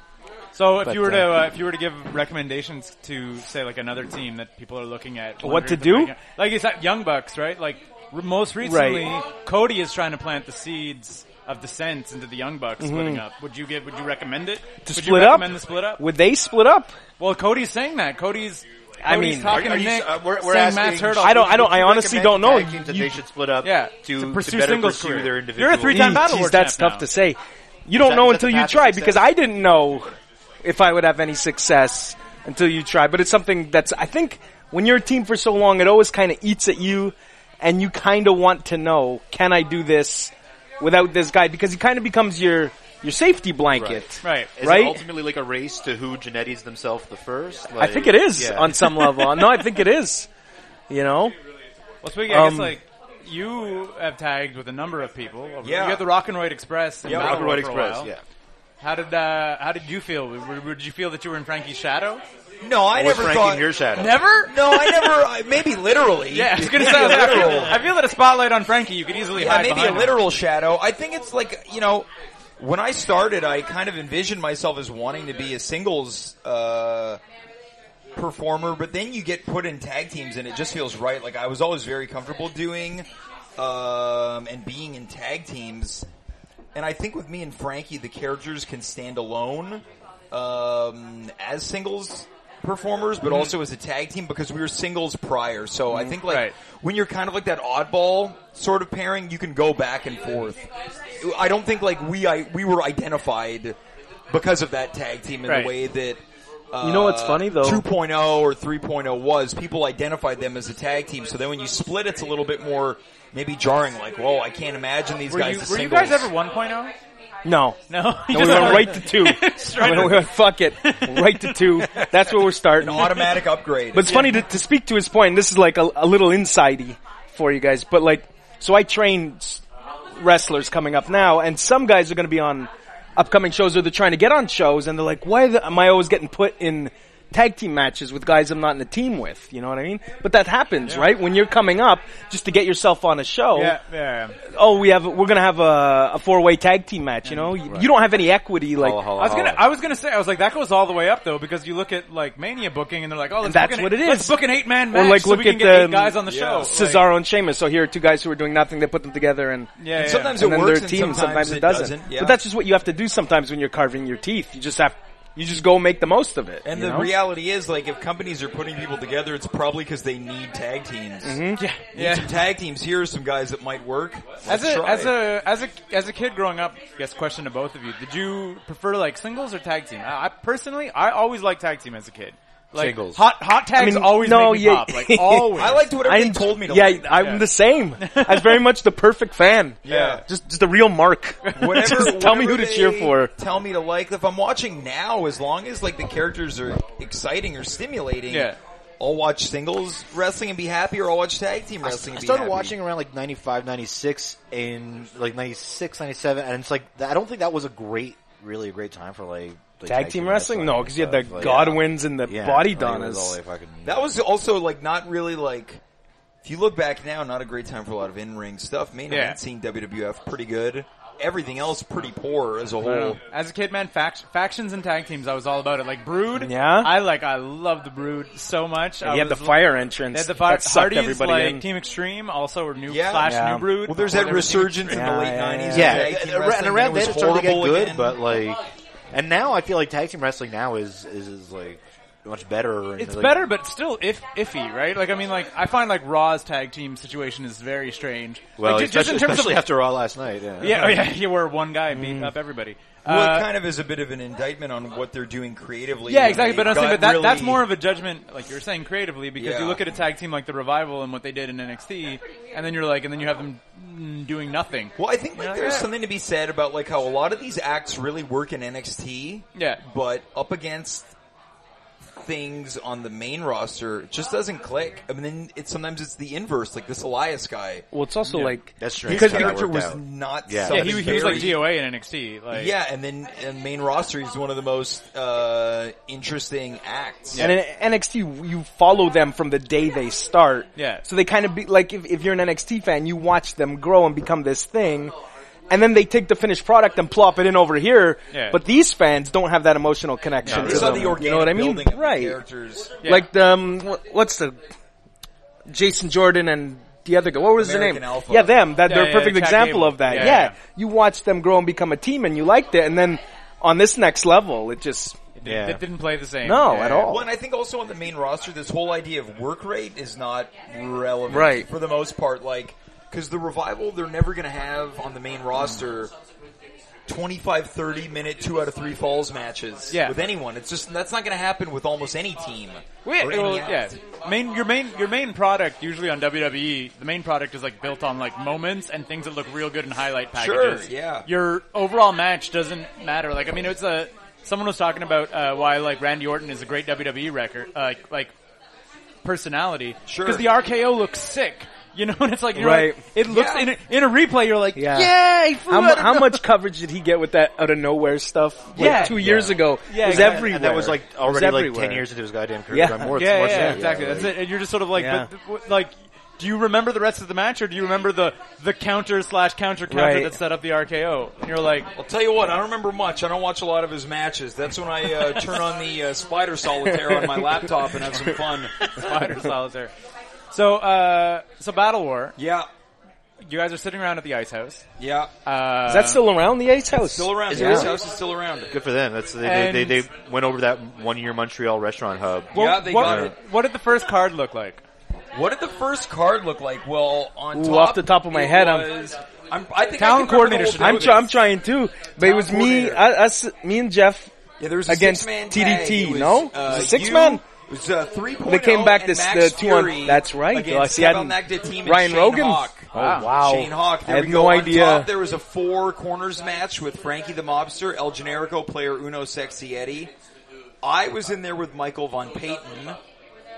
S4: So if
S6: But,
S4: you were to
S6: uh,
S4: uh, if you were to give recommendations to say like another team that people are looking at,
S6: What to
S4: wondering if
S6: do?
S4: they're gonna- Like it's at Young Bucks, right? Like re- most recently, Cody is trying to plant the seeds of dissent into the Young Bucks splitting up. Would you give? Would you recommend it?
S6: Mm-hmm. To
S4: would
S6: split
S4: you
S6: up?
S4: recommend the split up?
S6: Would they split up?
S4: Well, Cody's saying that. Cody's.
S6: I
S4: Cody's
S6: mean-
S4: talking
S5: Are- are
S4: to
S5: you-
S4: Nick,
S5: uh, we're- we're
S4: saying
S5: asking-
S4: Matt's Hurdle.
S6: I don't. I don't. I
S5: You
S6: honestly
S5: recommend
S6: don't know.
S5: the tag team that they should split up.
S4: Yeah,
S5: to,
S4: to pursue
S5: better
S4: singles
S5: pursue
S4: career.
S5: their
S4: You're a
S5: individual.
S4: three-time battle
S6: Jeez,
S4: war
S6: that's
S4: champ
S6: tough
S4: now.
S6: to say. You don't
S5: that-
S6: know
S5: that's
S6: until
S5: a
S6: you
S5: path to
S6: try because
S5: success.
S6: I didn't know if I would have any success until you try. But it's something that's I think when you're a team for so long, it always kind of eats at you, and you kind of want to know: Can I do this without this guy? Because he kind of becomes your your safety blanket.
S4: Right.
S5: Is
S6: Right?
S5: it ultimately like a race to who genetti's themselves the first?
S6: I
S5: Like-
S6: think it is
S5: Yeah.
S6: on some level. No, I think it is. You know,
S4: Well, speaking, I
S6: Um,
S4: guess like you have tagged with a number of people.
S7: Yeah.
S4: You got the Rock and Roid Express. And
S7: Yeah,
S4: Battle
S5: Rock and Roll
S4: War for a
S5: Express.
S4: while.
S5: Yeah.
S4: How did uh, how did you feel? Were- were- Did you feel that you were in Frankie's shadow?
S7: No, I
S5: Or was
S7: never
S5: Frank
S7: thought.
S5: in your shadow?
S4: Never.
S7: no, I never. I, maybe literally.
S4: Yeah, I was gonna say. I, was like, I feel, I feel that a spotlight on Frankie, you could easily
S7: Yeah,
S4: hide
S7: maybe a
S4: behind him.
S7: literal shadow. I think it's like you know, when I started, I kind of envisioned myself as wanting to be a singles uh, performer, but then you get put in tag teams and it just feels right. Like I was always very comfortable doing um, and being in tag teams, and I think with me and Frankie, the characters can stand alone um, as singles performers,
S4: Mm-hmm.
S7: but also as a tag team because we were singles prior. So I think like
S4: Right.
S7: when you're kind of like that oddball sort of pairing, you can go back and forth. I don't think like we I, we were identified because of that tag team in
S4: Right.
S7: the way that. Uh,
S6: You know what's funny, though?
S7: 2.0 or 3.0 was people identified them as a tag team. So then when you split, it's a little bit more maybe jarring. Like, whoa, I can't imagine these
S4: Were
S7: guys.
S4: you,
S7: as
S4: were you
S7: singles.
S4: guys ever oh? 1.0?
S6: No.
S4: <laughs> No, you
S6: And we
S4: just-
S6: went right to two.
S4: right
S6: we went, we went, fuck it. Right to two. That's where we're starting.
S7: <laughs> an automatic
S6: <laughs>
S7: upgrade?
S6: But it's funny to, to speak to his point. This is like a, a little insidey for you guys. But like, so I train s- wrestlers coming up now, and some guys are going to be on upcoming shows or they're trying to get on shows, and they're like, why the, am I always getting put in tag team matches with guys I'm not in a team with? You know what I mean? But that happens, right? When you're coming up, just to get yourself on a show,
S4: Yeah, yeah.
S6: oh, we have, we're going to have a, a four way tag team match. You know, you, you don't have any equity, like.
S5: Mm-hmm. Holla, holla,
S4: I was gonna,
S5: holla.
S4: I was gonna say, I was like, that goes all the way up though, because you look at like Mania booking, and they're like, oh, let's
S6: that's
S4: book an,
S6: what it is.
S4: Let's book an eight man
S6: Or
S4: match,
S6: like
S4: so
S6: look
S4: we can
S6: at
S4: get eight
S6: um,
S4: guys on the
S7: yeah.
S4: show.
S6: Cesaro and Sheamus. So here are two guys who are doing nothing. They put them together and
S4: Like, yeah, yeah.
S7: Sometimes
S6: and
S7: it
S6: then
S7: works
S6: they're a team.
S7: and sometimes, it doesn't. yeah.
S6: But that's just what you have to do sometimes when you're carving your teeth. You just have you just go make the most of it.
S7: and
S6: you
S7: the
S6: know?
S7: reality is, like, if companies are putting people together, it's probably because they need tag teams.
S4: yeah,
S7: Need
S4: Mm-hmm. yeah.
S7: some tag teams. Here are some guys that might work.
S4: As
S7: Let's
S4: a,
S7: try.
S4: as a as a as a kid growing up, I guess question to both of you: Did you prefer like singles or tag team? I, I personally, I always liked tag team as a kid. Like,
S5: Singles.
S4: Hot hot tags
S6: mean,
S4: always
S6: no,
S4: make me
S6: yeah.
S4: pop.
S6: <laughs>
S4: Like always.
S7: I liked whatever they
S6: I'm-
S7: told me to.
S6: yeah,
S7: like.
S6: I'm the same. I'm very much the perfect fan.
S7: <laughs> Yeah.
S6: just just a real mark.
S7: whatever.
S6: <laughs> <laughs> just tell me who
S7: whatever
S6: to cheer
S7: they
S6: for.
S7: Tell me to like. If I'm watching now, as long as like the characters are exciting or stimulating,
S4: Yeah.
S7: I'll watch singles wrestling and be happy, or I'll watch tag team
S5: I
S7: wrestling. and be
S5: started
S7: happy.
S5: watching around like 95, 96, and like 96, 97, and it's like, I don't think that was a great, really a great time for like, like
S6: Tag team wrestling? No,
S5: and
S6: because you had the
S5: stuff. Like,
S6: Godwins and the
S5: yeah.
S6: Body
S5: Yeah, like, it was all,
S6: Donnas.
S5: like, fucking-
S7: That was also like not really like. If you look back now, not a great time for a lot of in-ring stuff. Main
S4: Yeah.
S7: event seen WWF pretty good. Everything else pretty poor as a
S4: I don't
S7: whole.
S4: know. As a kid, man, fact, factions and tag teams, I was all about it. Like Brood,
S6: Yeah?
S4: I like, I loved the Brood so much. I
S6: You had the
S4: was-
S6: fire entrance.
S4: They had the fire
S6: that sucked
S4: parties,
S6: everybody
S4: like
S6: in.
S4: Team Extreme, also were new
S7: Yeah.
S4: Clash,
S6: Yeah.
S4: New Brood.
S7: Well, there's that
S4: Before they were Team
S7: resurgence in the
S6: Yeah,
S7: late
S6: yeah,
S7: '90s.
S5: Yeah,
S7: of tag
S5: and
S7: team
S5: ar-
S7: wrestling,
S5: and around
S7: it
S5: then
S7: was
S5: it started to get
S7: horrible
S5: good,
S7: again.
S5: but like, and now I feel like tag team wrestling now is is, is like much better. and,
S4: It's
S5: like,
S4: better, but still if, iffy, right? Like, I mean, like, I find like Raw's tag team situation is very strange.
S5: Well,
S4: like, ju-
S5: especially, especially
S4: of,
S5: after Raw last night. Yeah,
S4: yeah, oh, yeah, <laughs> you were one guy beating up everybody.
S7: well,
S4: Uh,
S7: it kind of is a bit of an indictement on what they're doing creatively.
S4: Yeah, exactly. But
S7: They've
S4: honestly,
S7: got
S4: but that,
S7: really-
S4: that's more of a judgment, like you're saying, creatively, because you
S7: Yeah.
S4: look at a tag team like the Revival and what they did in NXT, and then you're like, and then you have them mm, doing nothing.
S7: Well, I think like, there's
S4: yeah.
S7: something to be said about like how a lot of these acts really work in NXT.
S4: Yeah.
S7: But up against things on the main roster, it just doesn't click. I mean, then it's sometimes it's the inverse. Like this Elias guy,
S6: Well, it's also like
S5: that's strange.
S7: his
S6: because
S5: how that
S7: character
S5: worked
S7: was
S5: out.
S7: not.
S5: Yeah.
S4: Yeah,
S7: something
S4: he, he was like
S7: very-
S4: DOA in NXT. Like,
S7: Yeah, and then in main roster, he's one of the most uh, interesting acts.
S6: And in NXT, you follow them from the day they start.
S4: Yeah.
S6: So they kind of be like, if, if you're an NXT fan, you watch them grow and become this thing. And then they take the finished product and plop it in over here.
S4: Yeah.
S6: But these fans don't have that emotional connection
S7: They
S6: to
S7: saw
S6: them.
S7: the organic
S6: you know what I mean?
S7: building of the
S6: Right.
S7: characters.
S4: Yeah.
S6: Like the, um, wh- what's the, Jason Jordan and the other guy. What was
S7: American
S6: his name?
S7: Alpha.
S6: Yeah, them. That
S4: Yeah,
S6: they're a
S4: yeah,
S6: perfect
S4: Chad
S6: example
S4: Gable.
S6: of that.
S4: Yeah,
S6: Yeah,
S4: yeah.
S6: You watch them grow and become a team and you liked it. And then on this next level, it just,
S4: It,
S5: Yeah.
S4: it didn't play the same.
S6: no,
S4: Yeah.
S6: at all.
S7: Well, and I think also on the main roster, this whole idea of work rate is not relevant,
S6: Right.
S7: For the most part, like because the revival, they're never going to have on the main roster 25, 30 minute two out of three falls matches
S4: Yeah.
S7: with anyone. It's just that's not going to happen with almost any team.
S4: Well,
S7: or
S4: yeah, well,
S7: any act.
S4: yeah. Main, your main, your main product usually on WWE, the main product is like built on like moments and things that look real good in highlight
S7: Sure,
S4: packages.
S7: yeah.
S4: Your overall match doesn't matter. Like, I mean, it's a, someone was talking about, uh, why like Randy Orton is a great WWE record, uh, like, like personality.
S7: Sure.
S4: Because the RKO looks sick. You know, <laughs> and it's like, you're
S6: Right.
S4: like, it looks,
S7: Yeah.
S4: in, a, in a replay, you're like,
S6: Yeah.
S4: yay, food
S6: How, mu-
S4: out of
S6: how
S4: no-"
S6: much coverage did he get with that out of nowhere stuff? Like
S4: Yeah.
S6: two years ago,
S4: Yeah,
S6: yeah, was
S4: exactly. And
S6: everywhere.
S5: And that was like
S6: It was
S5: already like
S6: everywhere.
S5: ten years into his goddamn career.
S6: Yeah.
S5: I'm more,
S4: Yeah,
S5: more
S4: yeah,
S5: sad,
S4: exactly.
S5: like-
S4: That's it. And you're just sort of like,
S6: Yeah.
S4: but, but, like do you remember the rest of the match, or do you remember the the counter slash counter counter
S6: Right.
S4: that set up the RKO? And you're like,
S7: I'll tell you what, I don't remember much. I don't watch a lot of his matches. That's when I uh, turn on the uh, Spider Solitaire on my laptop and have some fun.
S4: <laughs> Spider Solitaire. So, uh, so Battle War.
S7: Yeah,
S4: You guys are sitting around at the Ice House.
S7: yeah.
S4: Uh,
S6: Is that still around the Ace House?
S7: still around.
S5: Yeah.
S7: His house is still around.
S5: Good for them. That's they, they, they, they went over that one year Montreal restaurant hub.
S4: what,
S7: Yeah, they
S4: what,
S7: got it.
S4: What did the first card look like?
S7: What did the first card look like? Well, on
S6: Ooh,
S7: top,
S6: off the top of my
S7: it
S6: head, I'm-
S7: was, I'm, i
S4: Talent
S7: think I can remember the
S4: coordinator
S7: whole
S4: should
S7: bit
S4: know
S6: I'm,
S7: of
S6: try-
S7: it.
S6: I'm trying too, but it was me,
S7: coordinator.
S6: I- us, me and Jeff.
S7: Yeah, there was a
S6: against
S7: six-man
S6: TDT,
S7: tag. It was,
S6: no?
S7: uh,
S6: It was a six-man?
S7: man. It was uh, three.
S6: They came back this-
S7: Max
S6: the two on-
S7: Fury
S6: that's right.
S7: Against
S6: I see, I
S7: Pavel
S6: hadn't-
S7: Nagdeteam and
S6: Ryan
S7: Shane
S6: Rogan.
S7: Hawk.
S6: Oh, wow.
S7: Shane Hawk. There
S6: I had
S7: we go.
S6: no
S7: On
S6: idea.
S7: top, there was a four corners match with Frankie the Mobster, El Generico, Player Uno, Sexy Eddie. I was in there with Michael Von Payton.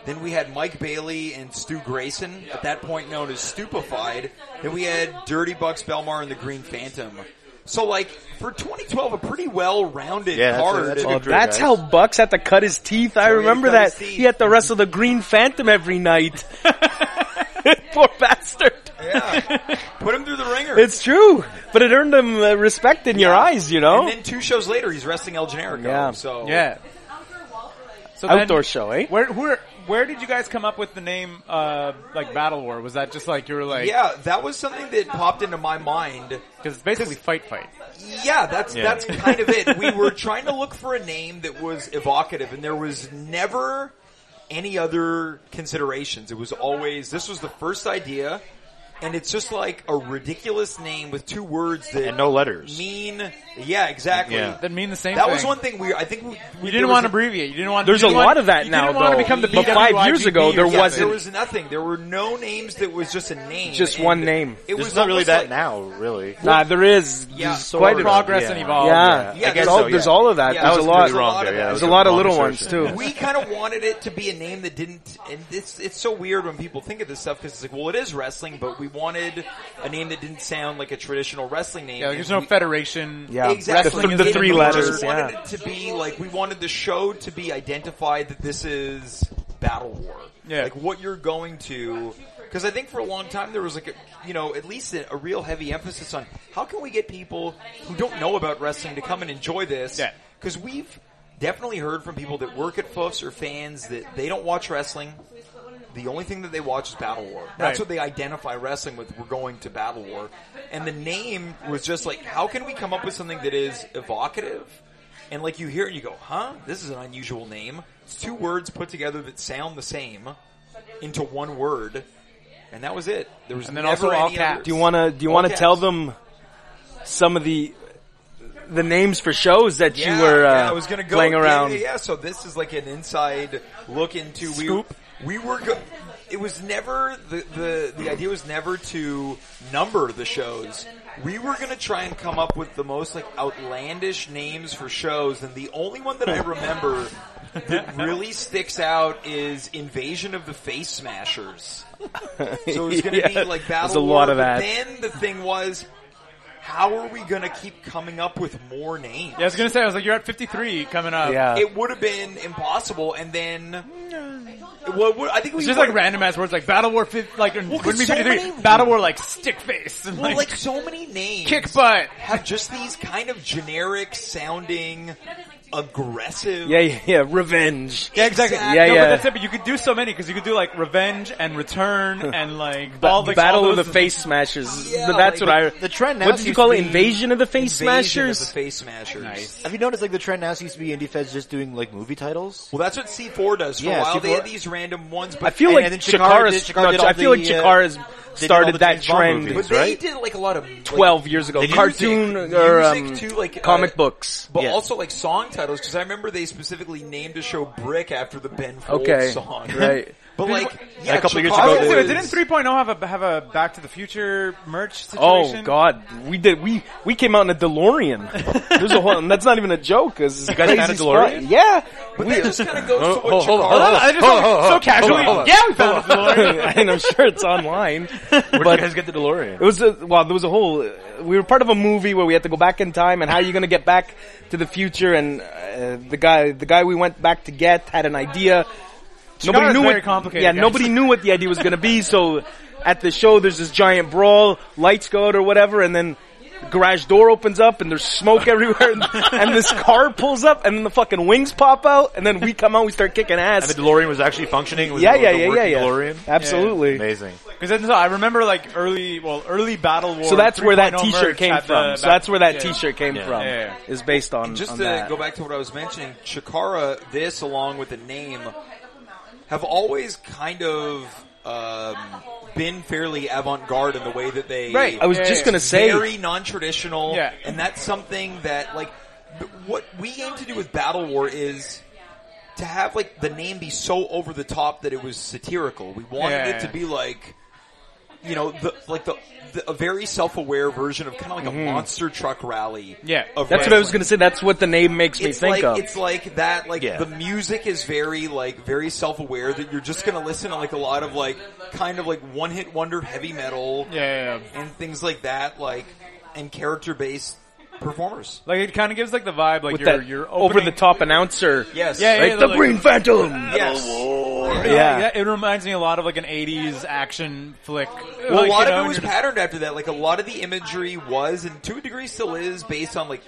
S7: Then we had Mike Bailey and Stu Grayson, at that point known as Stupefied. Then we had Dirty Bucks Belmar and the Green Phantom. So like for 2012, a pretty well-rounded
S5: Yeah, that's a-
S7: card.
S5: that's a
S6: Oh,
S5: Good crew,
S6: that's
S5: guys.
S6: how Bucks had to cut his teeth. I
S7: he
S6: remember
S7: cut
S6: that.
S7: his teeth.
S6: He had to wrestle the Green Phantom every night. <laughs> Poor bastard.
S7: <laughs> Yeah. Put him through the ringer.
S6: It's true, but it earned him uh, respect in your eyes, you know.
S7: And then two shows later, he's wrestling El Generico.
S6: Yeah.
S7: So
S4: Yeah. So then-
S6: Outdoor show, eh?
S4: Where, where, where did you guys come up with the name, uh, like Battle War? Was that just like you were like,
S7: Yeah, that was something that popped into my mind.
S4: Because it's basically fight fight.
S7: Yeah,
S5: <laughs>
S7: that's that's kind of it. We were trying to look for a name that was evocative, and there was never any other considerations. It was always this was the first idea, and it's just like a ridiculous name with two words that
S5: And no letters.
S7: mean. Yeah, exactly.
S5: Yeah.
S4: That mean the same
S7: That
S4: thing.
S7: was one thing we. I think we, we
S4: You
S7: there
S4: didn't
S7: was
S4: want to
S7: a-
S4: abbreviate. You didn't want.
S6: There's
S4: you
S6: a
S4: didn't
S6: lot
S4: want-
S6: of that
S4: you
S6: now,
S4: didn't Want to
S6: though.
S4: become the
S6: But
S4: BWIGP
S6: five years ago,
S4: or
S6: there
S4: something.
S7: Yeah,
S6: wasn't.
S7: There was nothing. There were no names. That was just a name.
S6: Just
S7: And
S6: one name.
S7: It
S5: There's
S7: was
S5: not really
S7: almost
S5: that
S7: like-
S5: now, really.
S6: Nah, there is.
S7: Yeah.
S6: There's
S7: Quite
S6: quite
S5: a-
S6: a
S4: Progress
S5: Yeah.
S4: and
S6: Yeah,
S4: evolve.
S7: Yeah,
S5: I guess
S6: there's, all,
S5: so, yeah.
S6: there's all of that.
S7: Yeah,
S6: there's
S7: that
S6: a
S7: was
S6: lot.
S7: really wrong.
S5: there. Yeah, that
S6: There's
S5: was
S6: a lot of
S5: wrong
S6: little ones
S5: assertion.
S6: too.
S5: Yeah.
S7: We kind of wanted it to be a name that didn't, and it's it's so weird when people think of this stuff because it's like, well, it is wrestling, but we wanted a name that didn't sound like a traditional wrestling name.
S4: Yeah, like, there's
S7: And
S4: no
S7: we-
S4: federation.
S6: Yeah.
S7: Exactly.
S6: The, th- the
S7: It-
S6: three
S7: we
S6: letters.
S7: Just wanted
S6: Yeah.
S7: it to be like we wanted the show to be identified that this is Battle War.
S4: Yeah.
S7: Like what you're going to, because I think for a long time there was like a, you know at least a, a real heavy emphasis on how can we get people who don't know about wrestling to come and enjoy this.
S4: Yeah.
S7: Because we've definitely heard from people that work at Foofs or fans that they don't watch wrestling. The only thing that they watch is Battle War.
S4: Right.
S7: That's what they identify wrestling with. We're going to Battle War. And the name was just like, how can we come up with something that is evocative? And like you hear it and you go, huh? This is an unusual name. It's two words put together that sound the same into one word. And that was it. There was
S4: And then
S7: never
S4: also all
S7: any
S4: caps.
S7: others.
S6: Do you want to? Do you
S7: All
S6: want to
S7: caps.
S6: tell them some of the the names for shows that
S7: Yeah,
S6: you were uh,
S7: yeah, I was gonna go,
S6: playing
S7: yeah,
S6: around?
S7: Yeah, yeah, so this is like an inside look into
S6: Scoop.
S7: We, we were. Go- it was never the, the the idea was never to number the shows. We were gonna try and come up with the most like outlandish names for shows, and the only one that I remember
S6: <laughs>
S7: that really sticks out is Invasion of the
S6: <laughs>
S7: Face Smashers. So it was going
S6: Yeah,
S7: to be like battle.
S6: there's a lot
S7: War,
S6: of that.
S7: but Then the thing was, how are we going to keep coming up with more names?
S4: Yeah, I was gonna say. I was like, you're at 53 coming up.
S6: Yeah.
S7: It would have been impossible, and then what? what- I think we
S4: It's just
S7: were-
S4: like random ass words like Battle War, fif- like wouldn't
S7: 'cause
S4: be
S7: so
S4: 53.
S7: many-
S4: Battle War like stick face and
S7: well,
S4: like,
S7: like so many names
S4: kick butt.
S7: have just these kind of generic sounding, aggressive.
S6: yeah, yeah, yeah. Revenge.
S7: Yeah, exactly.
S6: Yeah,
S4: no,
S6: yeah.
S4: but that's it. But you could do so many because you could do like revenge and
S6: <laughs>
S4: return and like
S6: Ba-
S4: all the
S6: Battle
S4: all
S6: of the
S4: those-
S6: Face Smashers.
S7: Yeah,
S6: but that's
S7: like
S6: what I.
S5: The trend now
S6: What did you
S5: seems
S6: call
S5: to
S6: it?
S5: be-
S6: Invasion of the Face
S7: Invasion of
S6: Smashers.
S7: the face smashers.
S5: Have you noticed like the trend now seems to be indie feds just doing like movie titles?
S7: Well, that's what C4 does for
S5: Yeah,
S7: a while. They had
S5: C4
S7: these random ones, but
S6: I feel
S5: And-
S6: like
S5: and then Chikara
S6: Chikara's.
S5: did- Chikara did
S6: no, I
S5: all
S6: feel like
S5: the, uh,
S6: Chikara's
S5: did all
S6: started
S5: the
S6: that
S5: James Bond
S6: trend
S5: movies.
S7: But they
S5: right?
S7: did like a lot of like,
S6: twelve years ago.
S5: did
S6: Cartoon
S7: music-
S6: or um,
S7: music too, like, uh,
S6: comic books.
S7: but
S5: Yeah.
S7: also like song titles because I remember they specifically named a show "Brick" after the Ben Folds
S6: Okay,
S7: song,
S6: right.
S7: <laughs> But like yeah,
S5: a couple of years
S4: I
S7: Chicago
S4: was gonna say, but
S7: is-
S4: didn't 3.0 have a have a Back to the Future merch situation?
S6: Oh God, we did. We we came out in a DeLorean. There's a whole. And that's not even a joke. Cause you
S5: guys found a DeLorean?
S6: Yeah. uh,
S7: But that just kind of goes to what
S5: hold- hold
S7: Chikara-
S5: on, hold on.
S6: <laughs>
S4: I just
S5: Hold on,
S4: so
S5: hold on,
S4: casually.
S5: hold on, hold on.
S4: yeah, we found the DeLorean.
S6: and I'm sure
S4: <laughs>
S6: it's online.
S5: Where
S6: But-
S5: did you guys get the
S6: It
S5: DeLorean?
S6: was a, well, there was a whole. uh, We were part of a movie where we had to go back in time, and how are you going to get back to the future? And uh, the guy, the guy we went back to get had an idea.
S4: Chikara's very complicated,
S6: Yeah,
S4: guys.
S6: nobody knew what the idea was going to be. So at the show there's this giant brawl, lights go out or whatever, and then the garage door opens up and there's smoke <laughs> everywhere, and, and this car pulls up, and then the fucking wings pop out, and then we come out, we start kicking
S5: And
S6: ass.
S5: the DeLorean was actually functioning. It was
S6: Yeah,
S5: a-
S6: yeah,
S5: a
S6: yeah, yeah,
S5: working
S6: yeah.
S5: DeLorean.
S6: Absolutely.
S5: Amazing.
S4: Because I remember like early, well, early Battle War.
S6: so that's where that
S4: 3.0
S6: T-shirt
S4: merch
S6: came
S4: had the
S6: from. So
S4: back-
S6: that's where that
S4: yeah.
S6: T-shirt came
S5: Yeah.
S6: from.
S4: Yeah.
S6: Is based on.
S7: Just
S6: on
S7: to
S6: that.
S7: go back to what I was mentioning, Chikara, this along with the name, have always kind of um, been fairly avant-garde in the way that they.
S6: Right. I was
S4: Yeah,
S6: just
S4: yeah.
S6: gonna say.
S7: very non-traditional.
S4: Yeah.
S7: and that's something that like b- what we aim to do with Battle War is to have like the name be so over the top that it was satirical. We wanted
S4: Yeah.
S7: it to be like you know the like the, the a very self-aware version of kind of like a monster truck rally.
S4: Yeah.
S7: of
S6: Mm-hmm. That's what I was
S7: wrestling
S6: gonna say. That's what the name makes me
S7: it's
S6: think
S7: like
S6: of.
S7: it's like that. Like
S5: Yeah.
S7: the music is very like very self aware that you're just gonna listen to like a lot of like kind of like one hit wonder heavy metal
S4: Yeah, yeah, yeah.
S7: and things like that. Like and character based performers.
S4: Like it kind of gives like the vibe, like
S6: with
S4: you're
S6: that
S4: you're
S6: over
S4: opening-
S6: the top announcer.
S7: Yes.
S4: Yeah, yeah,
S6: Like
S4: yeah,
S6: the
S4: like-
S6: Green Phantom.
S7: Yes.
S4: Uh,
S6: Yeah.
S4: It reminds me a lot of like an '80s action flick.
S7: Well,
S4: Like,
S7: a
S4: you
S7: lot
S4: know,
S7: of it
S4: and
S7: was
S4: you're-
S7: patterned after that. Like a lot of the imagery was, and to a degree still is, based on like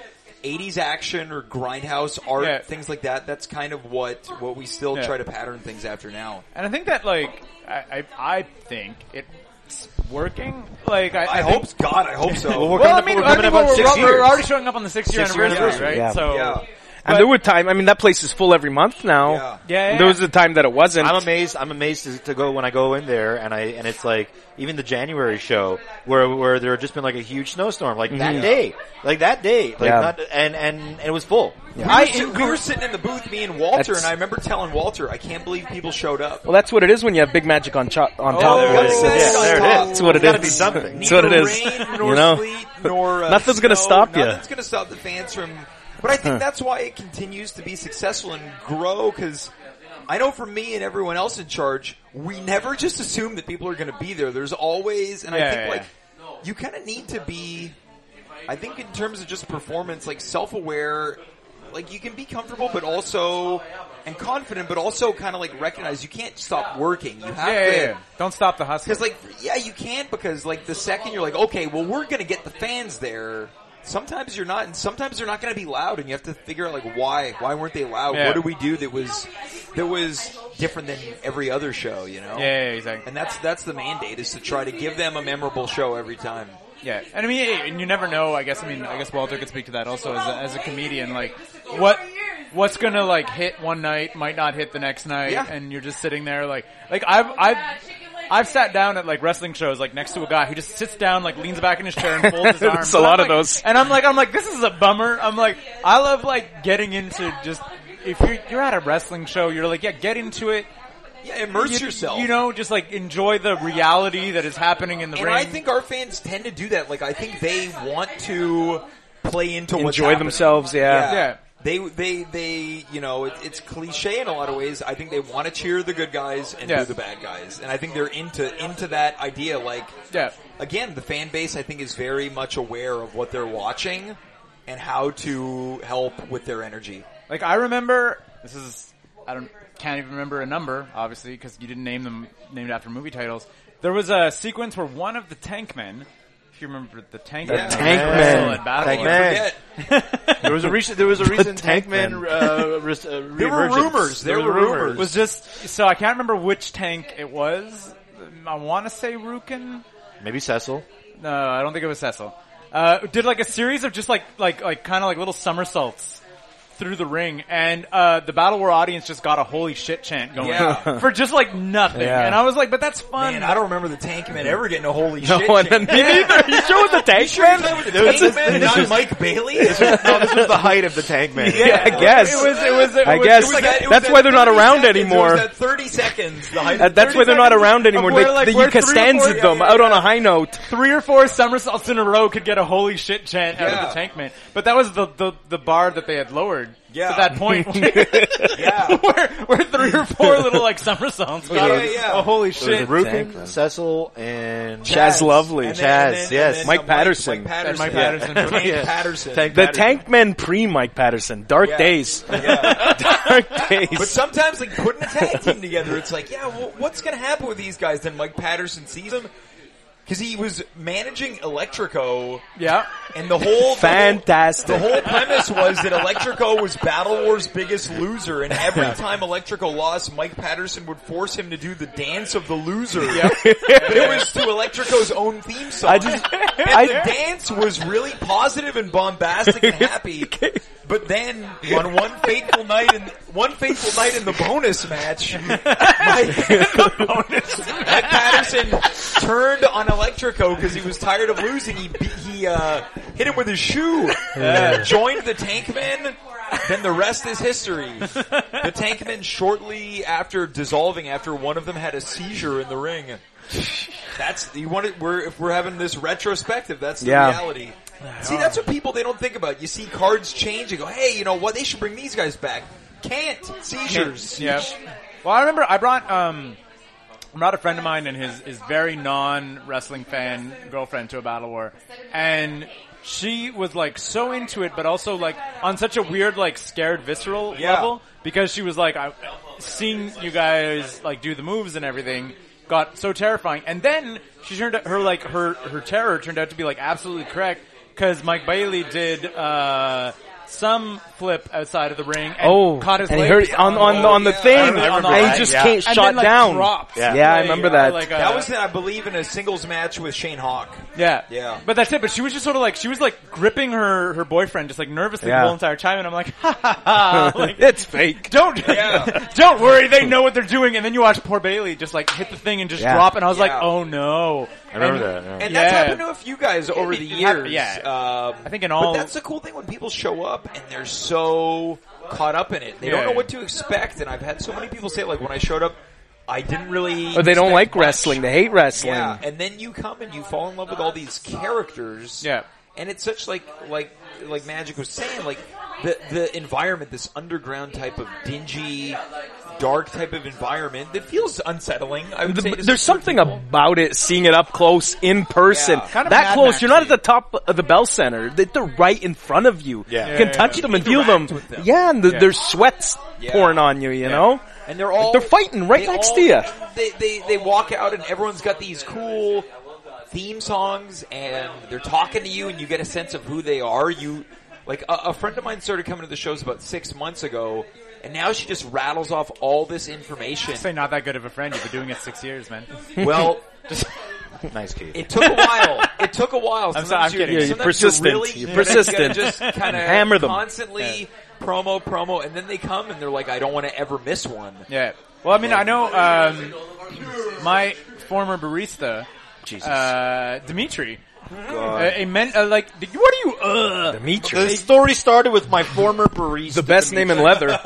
S7: 80s action or grindhouse art,
S4: Yeah.
S7: things like that. That's kind of what what we still
S4: Yeah.
S7: try to pattern things after now.
S4: And I think that like I I, I think it's working. Like I,
S7: I,
S4: think-
S7: hope, God, I hope so.
S4: <laughs> Well, I mean,
S5: we're
S4: I mean,
S5: coming up
S4: we're,
S5: on six
S4: we're- we're
S5: years.
S4: already showing up on the six-year
S5: Six-year
S4: anniversary,
S5: anniversary,
S4: right?
S6: yeah.
S4: So
S7: yeah.
S6: And there were time. I mean, that place is full every month now.
S7: Yeah.
S4: Yeah, yeah,
S6: There
S4: yeah.
S6: was a time that it wasn't.
S5: I'm amazed. I'm amazed to, to go when I go in there, and I and it's like even the January show where where there had just been like a huge snowstorm, like that day, like that day, like
S6: Mm-hmm. Yeah.
S5: not, and and it was full.
S7: I, <laughs> we were sitting in the booth, me and Walter,
S6: That's-
S7: and I remember telling Walter, I can't believe people showed up.
S6: well, that's what it is when you have big magic on cho- on top.
S7: there it is.
S6: That's-
S7: Oh, Yeah, there it is.
S6: That's what it
S5: Gotta
S6: is.
S5: be something.
S6: That's what it
S7: Neither
S6: is.
S7: Rain,
S6: <laughs>
S7: nor
S6: you know,
S7: sleet,
S6: <laughs>
S7: nor uh,
S6: Nothing's gonna
S7: snow,
S6: stop ya.
S7: Nothing's going to stop the fans from. But I think that's why it continues to be successful and grow because I know for me and everyone else in charge, we never just assume that people are going to be there. There's always, and I
S4: Yeah,
S7: think
S4: yeah,
S7: like you kind of need to be. I think in terms of just performance, like self-aware, like you can be comfortable, but also and confident, but also kind of like recognize you can't stop working. You have
S4: yeah, yeah,
S7: to
S4: yeah. Don't stop the hustle.
S7: because like yeah, you can't because like the second you're like okay, well we're gonna get the fans there. Sometimes you're not, and sometimes they're not gonna be loud, and you have to figure out like why why weren't they loud?
S4: Yeah.
S7: What did we do that was that was different than every other show? You know.
S4: Yeah, yeah, yeah, exactly.
S7: And that's that's the mandate is to try to give them a memorable show every time.
S4: Yeah, and I mean, eh, and you never know. I guess I mean, I guess Walter could speak to that also as a, as a comedian. Like, what what's gonna like hit one night might not hit the next night,
S7: Yeah.
S4: and you're just sitting there like like I've I've I've sat down at like wrestling shows like next to a guy who just sits down like leans back in his chair and
S7: <laughs>
S4: folds his arms.
S6: It's
S4: And
S6: a
S4: I'm
S6: lot
S4: like-
S6: of those.
S4: and I'm like I'm like this is a bummer. I'm like I love like getting into just if you're you're at a wrestling show, you're like yeah, get into it.
S7: Yeah, immerse
S4: You-
S7: yourself.
S4: You know, just like enjoy the reality that is happening in the
S7: and
S4: ring.
S7: I think our fans tend to do that. Like I think they want to play into what's
S6: Enjoy
S7: happening.
S6: themselves. Yeah.
S4: Yeah.
S7: They, they, they, you know, it, it's cliche in a lot of ways. I think they want to cheer the good guys and
S4: Yeah.
S7: boo the bad guys. And I think they're into, into that idea. Like,
S4: yeah.
S7: again, the fan base, I think, is very much aware of what they're watching and how to help with their energy.
S4: Like I remember, this is I don't can't even remember a number, obviously, because you didn't name them named after movie titles. There was a sequence where one of the tank men, if you remember the tank men,
S5: Tank
S4: wrestled
S5: Man.
S4: at Battle
S5: Tank
S4: Lord.
S5: Man.
S7: Forget,
S5: There was a recent there was
S6: <laughs>
S5: a recent
S6: Tank
S5: Tankman.
S6: Man.
S5: Uh, res- uh,
S7: there were
S5: reemergence.
S7: rumors. There
S5: was
S7: were rumors.
S4: was just so I can't remember which tank it was. I want to say Rukin.
S5: Maybe
S6: <laughs>
S5: Cecil.
S4: No, I don't think it was Cecil. Uh, did like a series of just like like like kind of like little somersaults through the ring, and uh, the Battle War audience just got a holy shit chant going <laughs>
S7: Yeah.
S4: for just like nothing.
S6: Yeah.
S4: And I was like, but that's fun.
S7: Man,
S4: <laughs>
S7: I don't remember the Tank Man ever getting a holy
S6: No
S7: shit.
S6: one.
S7: chant.
S6: Me neither. <laughs> You sure with the tank man?
S7: Play with the
S5: This
S7: Tank
S5: is-
S7: Man and
S5: this
S7: not
S5: is-
S7: Mike Bailey? <laughs> It
S5: No, this was the height of the
S7: <laughs>
S5: Tankman.
S6: Yeah, I guess.
S4: It was. It was. It
S6: I
S4: was,
S6: guess.
S7: was that- it was
S6: That's
S7: that
S6: why they're not
S7: 30
S6: around
S7: seconds. It was
S6: anymore.
S7: that 30 seconds. The height of
S6: That- that's
S4: 30
S6: why they're not
S4: seconds
S6: around
S4: of
S6: anymore.
S4: where,
S6: They,
S4: like,
S6: they,
S4: we're
S6: you
S4: three or
S6: Costanza
S4: four-
S6: them
S4: yeah,
S6: out on a high note.
S4: three or four somersaults in a row could get a holy shit chant out of
S7: Yeah.
S4: the tank man. But that was the, the the bar that they had lowered hard.
S7: <laughs> Yeah.
S4: At that point, <laughs> we're, we're three or four little like somersaults.
S7: Yeah, yeah, yeah.
S4: Oh, holy
S5: It was
S4: shit.
S5: Rupin, Cecil, and
S6: Chaz Lovely.
S7: And then-
S5: Chaz,
S7: and then- and
S5: yes.
S7: then,
S6: Mike
S7: uh,
S6: Patterson.
S7: Mike Patterson.
S4: And Mike
S7: Yeah.
S4: Patterson.
S6: <laughs>
S4: Yeah.
S7: Tank Patterson.
S6: The Tank Men pre Mike Patterson. Dark
S4: <laughs>
S7: Yeah.
S6: days.
S7: Yeah.
S6: Dark days.
S7: <laughs> But sometimes, like putting a tag team together, it's like, yeah, well, what's going to happen with these guys? Then Mike Patterson sees them because he was managing Electrico,
S4: Yeah.
S7: and the whole The
S6: Fantastic.
S7: whole, the whole premise was that Electrico was Battle War's biggest loser, and every time Electrico lost, Mike Patterson would force him to do the dance of the loser. it was to Electrico's own theme song.
S6: I just,
S7: And the
S6: I,
S7: dance was really positive and bombastic and happy. But then on one fateful night in one fateful night in the bonus match, <laughs> Mike, Mike Patterson turned on Electrico because he was tired of losing. He beat, he uh, hit him with his shoe. uh, Joined the Tankmen. Then the rest is history. The Tankmen shortly after dissolving, after one of them had a seizure in the ring. That's you want it. We're if we're having this retrospective, that's the
S6: Yeah.
S7: reality. See, that's what people they don't think about. You see cards change, you go, hey, you know what? They should bring these guys back. Can't seizures.
S4: Yeah. Well, I remember I brought um, I brought a friend of mine and his his very non wrestling fan girlfriend to a battle war, and she was like so into it, but also like on such a weird like scared visceral
S7: Yeah.
S4: level because she was like I seeing you guys like do the moves and everything. Got so terrifying, and then she turned her like her her terror turned out to be like absolutely correct because Mike Bailey did uh some flip outside of the ring and
S6: oh,
S4: caught his
S6: and he
S4: leg
S6: heard on, on,
S7: Oh,
S6: on the
S7: yeah.
S6: thing,
S7: I
S4: remember
S6: and
S4: that,
S6: he just
S5: yeah.
S6: can't
S4: and
S6: shot
S4: then, like,
S6: down.
S4: dropped.
S5: Yeah.
S6: Yeah, I
S4: Like,
S6: remember
S4: uh,
S6: that.
S4: like, uh,
S7: That was, I believe, in a singles match with Shane Hawk.
S4: yeah,
S7: Yeah.
S4: But that's it. But she was just sort of like she was like gripping her her boyfriend just like nervously
S6: Yeah.
S4: the whole entire time, and I'm like, <laughs> ha ha ha,
S6: <laughs>
S4: like
S6: it's fake.
S4: don't
S7: Yeah.
S4: <laughs> don't worry, they know what they're doing. And then you watch poor Bailey just like hit the thing and just
S6: Yeah.
S4: drop, and I was
S7: Yeah.
S4: like, oh no.
S5: I remember that. yeah.
S7: And that's
S4: Yeah.
S7: happened to a few guys over the
S4: it hap-
S7: years.
S4: yeah.
S7: Um,
S4: I think in
S7: But
S4: all-
S7: that's the cool thing when people show up and they're so caught up in it. They don't
S4: Yeah.
S7: know what to expect. And I've had so many people say, like, when I showed up, I didn't really.
S6: Or they don't
S7: expect
S6: like
S7: much.
S6: wrestling. They hate wrestling.
S7: Yeah, and then you come and you fall in love with all these characters.
S4: Yeah.
S7: and it's such like like like Magic was saying, like the the environment, this underground type of dingy, dark type of environment that feels unsettling. I would
S6: The-
S7: say to
S6: there's
S7: some
S6: something about it, seeing it up close in person.
S7: Yeah. Kind
S4: of
S6: that
S4: Mad
S6: close,
S4: Max
S6: you're not at the top of the Bell Center. They- They're right in front of you.
S5: Yeah.
S6: You can
S4: Yeah,
S6: touch
S4: yeah.
S6: them and feel them.
S7: Interact with them.
S6: Yeah, and the,
S4: Yeah.
S6: there's sweats
S7: Yeah.
S6: pouring on you, you know?
S7: and they're all
S6: They're fighting right
S7: they
S6: next
S7: all-
S6: to you.
S7: They, they they walk out and everyone's got these cool theme songs and they're talking to you and you get a sense of who they are. You like a, a friend of mine started coming to the shows about six months ago. And now she just rattles off all
S6: <laughs>
S7: this information.
S4: Say not that good of a friend. You've been doing it six years, man.
S7: Well,
S5: Nice key.
S7: it took a while. It took a while.
S4: I'm
S7: Sometimes
S4: so- I'm
S7: you're,
S4: kidding. Yeah, you're
S7: sometimes
S6: persistent.
S7: You're, really,
S6: You're persistent. <laughs>
S7: Just kind of
S6: Hammer them.
S7: constantly promo, promo, and then they come and they're like, "I don't want to ever miss one."
S4: Yeah. Well, I mean, I know um, my former barista,
S5: Jesus.
S4: uh, Dimitri. A, a men, uh, like, what are you? Uh,
S5: the story started with my former barista.
S6: The best name in
S7: <laughs>
S6: leather.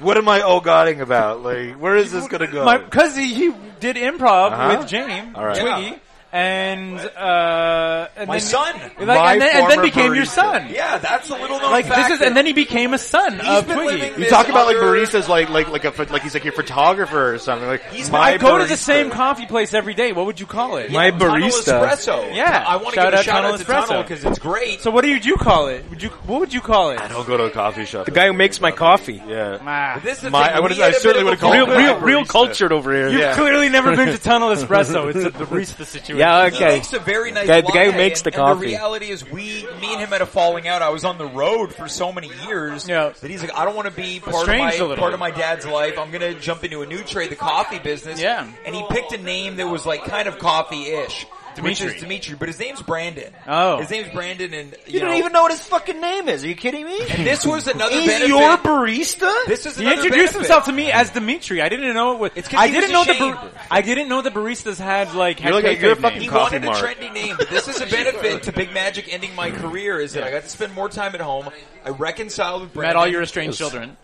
S5: What am I oh godding about? Like, where is this gonna go?
S4: Because he, he did improv
S5: Uh-huh.
S4: with James
S5: All right.
S4: Twiggy. And, uh, and
S7: My
S4: then,
S7: son.
S4: like,
S5: My
S4: and, then, and then
S5: former
S4: became your
S5: barista.
S4: son.
S7: Yeah, that's a little known
S4: Like
S7: fact.
S4: this is, and then he became a son of
S7: been
S4: Twiggy.
S7: living
S5: you
S7: this
S5: talk about like
S7: other-
S5: baristas, like like like a ph- like he's like your photographer or something. Like
S7: He's-
S5: my
S4: I go to the
S5: barista.
S4: same coffee place every day. What would you call it?
S6: My
S7: Tunnel
S6: barista.
S7: Espresso.
S4: Yeah.
S7: I want to
S4: Shout
S7: give a
S4: out
S7: shout
S4: Tunnel
S7: out to
S4: Espresso.
S7: Tunnel because it's great.
S4: so what do you do call it? Would you what would you call it?
S5: I don't go to a coffee shop.
S6: the guy who makes my coffee.
S5: Yeah.
S4: Ah.
S7: this is
S5: My- I would've- I certainly would've called
S6: Real,
S5: it
S6: real,
S5: barista.
S6: real cultured over here.
S4: You've
S5: Yeah.
S4: clearly never been to Tunnel Espresso.
S5: <laughs>
S4: It's a barista situation.
S6: Yeah,
S7: He
S6: okay.
S7: makes a very nice
S6: Guy- the guy who
S7: latte,
S6: makes the
S7: and, And
S6: coffee.
S7: the reality is, we, me and him had a falling out. I was on the road for so many years
S4: Yeah.
S7: that he's like, I don't want to be part of
S4: Estranged
S7: my
S4: a little.
S7: part of my dad's life. I'm gonna jump into a new trade, the coffee business.
S4: Yeah.
S7: And he picked a name that was like kind of coffee-ish. Which
S4: Dimitri.
S7: is Dimitri, but his name's Brandon.
S4: Oh.
S7: His name's Brandon and, you,
S5: You don't
S7: know,
S5: even know what his fucking name is. Are you kidding me?
S7: and this was another
S5: He's
S7: benefit.
S5: your barista.
S7: this is
S4: He
S7: another
S4: introduced
S7: benefit.
S4: himself to me as Dimitri. I didn't know it was.
S7: It's 'cause
S4: I
S7: he was
S4: didn't know the
S7: ashamed.
S4: bar- I didn't know the baristas had like had
S5: You're like a-
S4: kayfabe
S5: you're a fucking
S4: names.
S7: He
S5: Coffee
S7: wanted
S5: Mart.
S7: a trendy name, but this is a benefit to Big Magic ending my career is that I got to spend more time at home. I reconciled with Brandon.
S4: Met all your estranged children.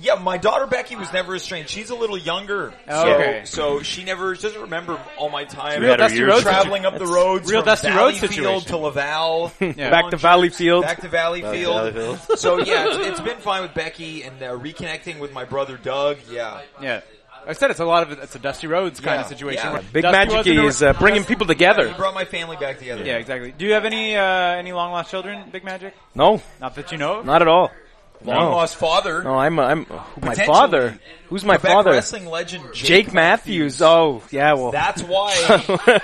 S7: Yeah, my daughter Becky was never restrained. She's a little younger,
S4: Oh,
S7: so,
S4: okay.
S7: so she never she doesn't remember all my time.
S5: Real Dusty Rhodes
S7: traveling up the roads,
S4: real
S7: from
S4: Dusty
S7: Valley
S4: Rhodes
S7: Field
S4: situation.
S7: to Laval,
S6: Back to Valley Field.
S7: back to Valley
S5: Valley
S7: Field.
S5: Field.
S7: so yeah, it's, it's been fine with Becky and uh, reconnecting with my brother Doug. Yeah,
S4: Yeah. I said it's a lot of it's a Dusty Roads kind
S7: Yeah,
S4: of situation.
S7: yeah.
S4: where
S6: Big
S4: Dusty
S6: Magic
S4: wasn't a-
S6: is uh, bringing people together.
S7: he brought my family back together.
S4: Yeah, exactly. Do you have any uh, any long lost children, Big Magic?
S6: No,
S4: Not that you know. of?
S6: not at all. No.
S7: long lost father,
S6: No, I'm, I'm, who- my
S7: Potentially.
S6: father. Who's Oh, my
S7: Quebec
S6: father?
S7: wrestling legend Jake.
S6: Jake Matthews. Oh, yeah, well. <laughs>
S7: That's why.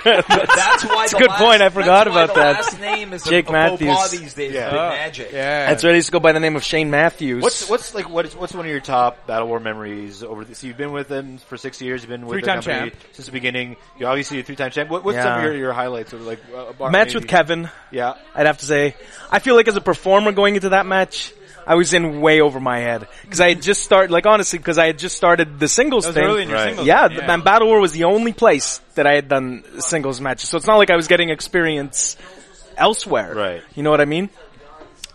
S7: that's why.
S6: That's
S7: the
S6: a good
S7: last,
S6: point. I forgot
S7: that's why
S6: about
S7: the
S6: that.
S7: Last name is
S6: Jake
S7: a, a faux pas
S6: Matthews.
S7: these days.
S5: Yeah.
S7: Big
S4: Oh,
S7: magic.
S4: Yeah.
S6: That's right. I used to go by the name of Shane
S5: <laughs>
S6: Matthews.
S5: What's what's like what is what's one of your top Battle War memories over? The, so you've been with them for six years. You've been with
S4: Three-time
S5: the company
S4: champ.
S5: since the beginning. You're obviously a three-time champ. What, what's some of
S6: Yeah.
S5: your, your highlights? Or like uh, bar-
S6: match
S5: maybe-
S6: with Kevin?
S5: Yeah,
S6: I'd have to say, I feel like as a performer going into that match, I was in way over my head because I had just started, like honestly, because I had just started the singles
S4: That was
S6: thing.
S4: early in your
S5: Right.
S4: singles.
S6: yeah,
S4: run,
S6: the- and Battle War was the only place that I had done singles matches, so it's not like I was getting experience elsewhere.
S5: Right.
S6: You know what I mean?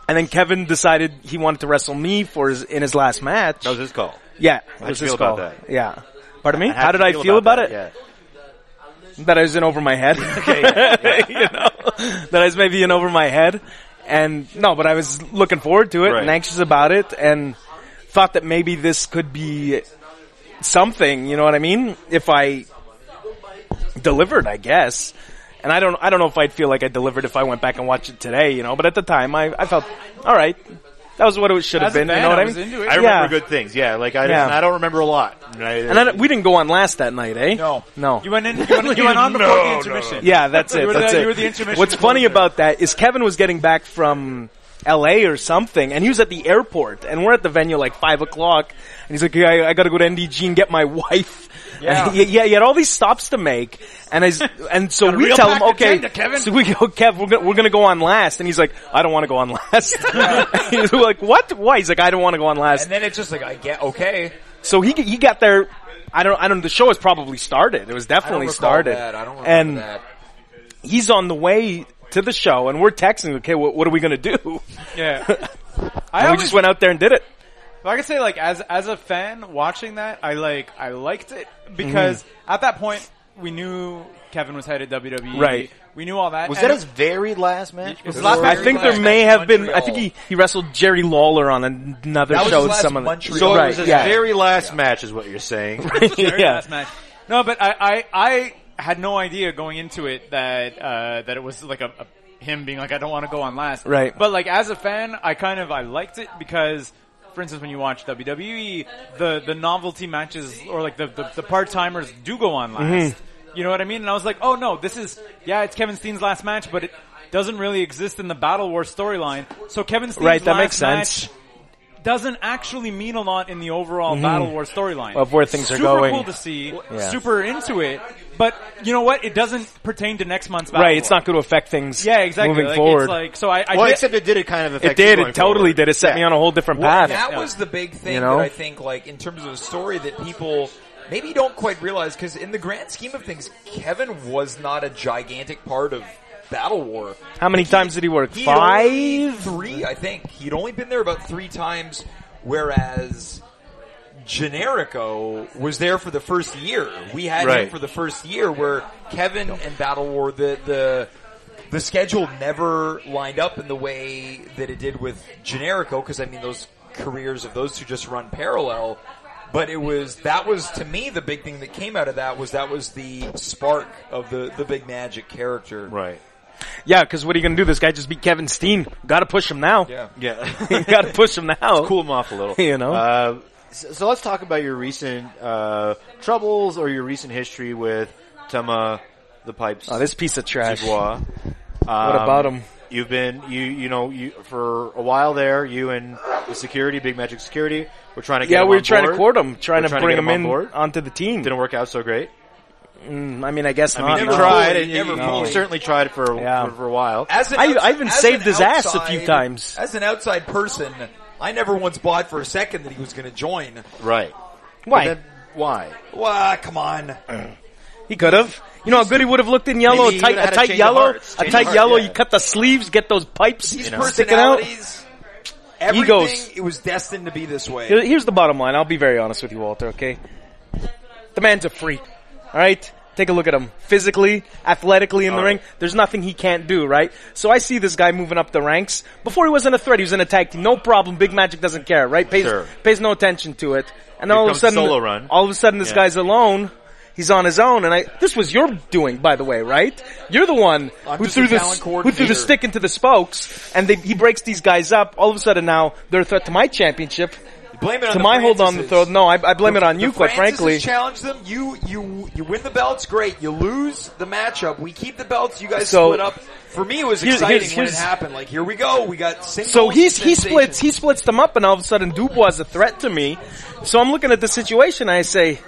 S6: And then Kevin decided he wanted to wrestle me for his in his last match.
S5: that was his call.
S6: yeah, it
S5: you
S6: was his
S5: feel
S6: call.
S5: about that?
S6: Yeah. Pardon me?
S5: And
S6: How did I feel about, it?
S5: Yeah.
S6: that I was in over my
S4: <laughs>
S6: head. <laughs> you know, that I was maybe in over my head, and no, but I was looking forward to it and
S5: Right.
S6: anxious about it, and thought that maybe this could be something. You know what I mean? If I delivered, I guess. And I don't, I don't know if I'd feel like I delivered if I went back and watched it today, you know. But at the time, I, I felt all right. That was what it should
S4: As
S6: have
S4: a
S6: been. you
S4: fan,
S6: know what
S4: I
S6: I
S4: was
S6: mean?
S4: into it.
S5: I remember
S6: Yeah.
S5: good things. Yeah, like I,
S6: Yeah.
S5: and I don't remember a lot. And, I,
S6: And I, don't- we didn't go on last that night, eh?
S7: No.
S6: no.
S4: You went in. You went,
S7: <laughs>
S4: you went on before the intermission.
S6: Yeah, that's it.
S4: You were
S6: that's
S4: the-
S6: it.
S4: you were the intermission
S6: What's funny
S4: closer.
S6: about that is Kevin was getting back from L.A. or something, and he was at the airport, and we're at the venue like five o'clock, and he's like, yeah, I, I got to go to NDG and get my <laughs> wife.
S7: Yeah.
S6: And he- <laughs> yeah, he had all these stops to make, and as, and so
S4: a
S6: we
S4: real
S6: tell him,
S4: packed
S6: okay,
S4: agenda, Kevin."
S6: so we go, Kev, we're gonna, we're gonna go on last, and he's like, I don't want to go on
S4: <laughs>
S6: last. <laughs> he's like, what? Why? He's like, I don't want to go on last.
S7: And then it's just like I get okay.
S6: So he he got there. I don't I don't. The show has probably started. It was
S7: I don't
S6: definitely
S7: recall
S6: started.
S7: That. I don't remember
S6: and
S7: that.
S6: he's on the way to the show, and we're texting. Okay, what, what are we gonna do? <laughs>
S4: Yeah.
S6: And
S4: I
S6: we
S4: always,
S6: just went out there and did it.
S4: I can say like as as a fan watching that, I like I liked it because
S6: Mm-hmm.
S4: at that point we knew Kevin was headed WWE.
S6: Right.
S4: We knew all that.
S5: was
S4: and
S5: that his very last match?
S4: It was
S5: before-
S4: last
S6: I
S4: match.
S6: think there
S7: Very
S6: may
S7: last
S6: have been. I
S7: Montreal.
S6: think he, he wrestled Jerry Lawler on another
S7: That was
S6: show.
S7: his
S6: with
S7: last
S6: some of the,
S7: Montreal.
S5: <laughs> So it
S6: right?
S5: was his
S6: yeah,
S5: very last match, is what you're saying.
S4: Very
S6: <laughs> yeah.
S4: last match. No, but I, I I had no idea going into it that uh, that it was like a, a him being like I don't want to go on last.
S6: Right.
S4: But like as a fan, I kind of I liked it because. For instance, when you watch WWE, the, the novelty matches or like the, the, the part timers do go on last.
S6: Mm-hmm.
S4: You know what I mean? And I was like, oh no, this is yeah, it's Kevin Steen's last match, but it doesn't really exist in the Battle War storyline. So Kevin Steen's
S6: Right, that
S4: last
S6: makes sense.
S4: match doesn't actually mean a lot in the overall Battle War storyline
S6: Mm-hmm. Of where things are
S4: super
S6: going.
S4: Cool to see,
S6: Yeah.
S4: super into it. But you know what? It doesn't pertain to next month's Battle
S6: right. It's
S4: War.
S6: not going to affect things.
S4: Yeah, exactly.
S6: Moving
S4: like,
S6: forward,
S4: It's like so. I, I
S5: well,
S4: did-
S5: except it did. It kind of
S6: it
S5: affect you
S6: did.
S5: going
S6: It totally
S5: forward.
S6: did. It set
S5: Yeah.
S6: me on a whole different
S7: Well,
S6: path.
S7: that was the big thing
S6: You know?
S7: that I think, like in terms of a story, that people maybe don't quite realize. Because in the grand scheme of things, Kevin was not a gigantic part of Battle War.
S6: How many times did he work?
S7: He'd only-
S6: Five.
S7: three, I think. He'd only been there about three times, whereas Generico was there for the first year. We had him
S5: Right.
S7: for the first year, where Kevin and Battle War the the the schedule never lined up in the way that it did with Generico. Because I mean, those careers of those two just run parallel. But it was that was to me the big thing that came out of that was that was the spark of the the big magic character.
S6: <laughs>
S5: Right.
S6: Yeah, because what are you going to do? This guy just beat Kevin Steen. Got to push him now. <laughs>
S7: Yeah.
S5: Yeah. <laughs>
S6: got to push him now.
S5: cool them off a little.
S6: You know?
S5: Uh, so, so let's talk about your recent uh, troubles or your recent history with Tama the Pipes.
S6: Oh, this piece of trash.
S5: Dubois.
S6: What about him?
S5: Um, You've been you you know you for a while there. You and the security, Big Magic Security, were trying to get
S6: Yeah,
S5: him
S6: we were
S5: on
S6: trying to
S5: board.
S6: court him, trying
S5: We're
S6: to bring
S5: get
S6: him, in
S5: on
S6: Uh,
S5: board.
S6: onto the team.
S5: Didn't work out so great. Uh,
S6: I mean, I guess not.
S5: you
S6: no.
S5: tried, and
S7: fully-
S5: you,
S7: never
S5: you
S7: fully.
S5: certainly tried for,
S6: Yeah.
S5: for for a while.
S7: As an
S6: I-
S7: outs-
S6: I even
S7: as
S6: saved
S7: an
S6: his ass a few times.
S7: As an outside person, I never once bought for a second that he was going to join.
S5: right?
S6: Why?
S5: But then- why?
S7: Wah, come on.
S6: He could have. You know how good he would have looked in yellow,
S5: Maybe he
S6: tight,
S5: would've had
S6: a
S5: a
S6: tight
S5: change of
S6: yellow,
S5: hearts,
S6: a
S5: change of
S6: tight
S5: heart,
S6: yellow.
S5: yeah.
S6: You cut the sleeves, get those pipes
S7: These
S6: sticking out.
S7: personalities. Everything,
S6: Egos.
S7: It was destined to be this way.
S6: Here- Here's the bottom line. I'll be very honest with you, Walter, okay? The man's a freak. Alright? Take a look at him. Physically, athletically in the ring, there's nothing he can't do, right? So I see this guy moving up the ranks. Before he wasn't a threat, he was in a tag team. No problem. Big Magic doesn't care, right? Pays,
S5: Sure.
S6: pays no attention to it. And all of a
S5: comes
S6: sudden,
S5: solo run.
S6: all of a sudden this
S5: Yeah.
S6: guy's alone. He's on his own, and I, this was your doing, by the way, right? You're the one
S7: I'm
S6: who
S7: just
S6: threw
S7: a
S6: the
S7: talent
S6: who threw the
S7: coordinator.
S6: stick into the spokes, and they, he breaks these guys up. All of a sudden, now they're a threat to my championship.
S7: Blame it
S6: <laughs>
S7: on
S6: to
S7: the
S6: my hold on the
S7: Francis's.
S6: throat. No, I, I blame it on you,
S7: The
S6: quite
S7: Francis's
S6: frankly.
S7: challenge them. You you you win the belts, great. You lose the matchup. We keep the belts. You guys
S6: So-
S7: split up. For me, it was
S6: Here's-
S7: exciting
S6: here's-
S7: when it
S6: here's-
S7: happened. Like here we go. We got singles.
S6: So he's, he
S7: sensation.
S6: splits he splits them up, and all of a sudden Dubois is a threat to me. So I'm looking at the situation. I say,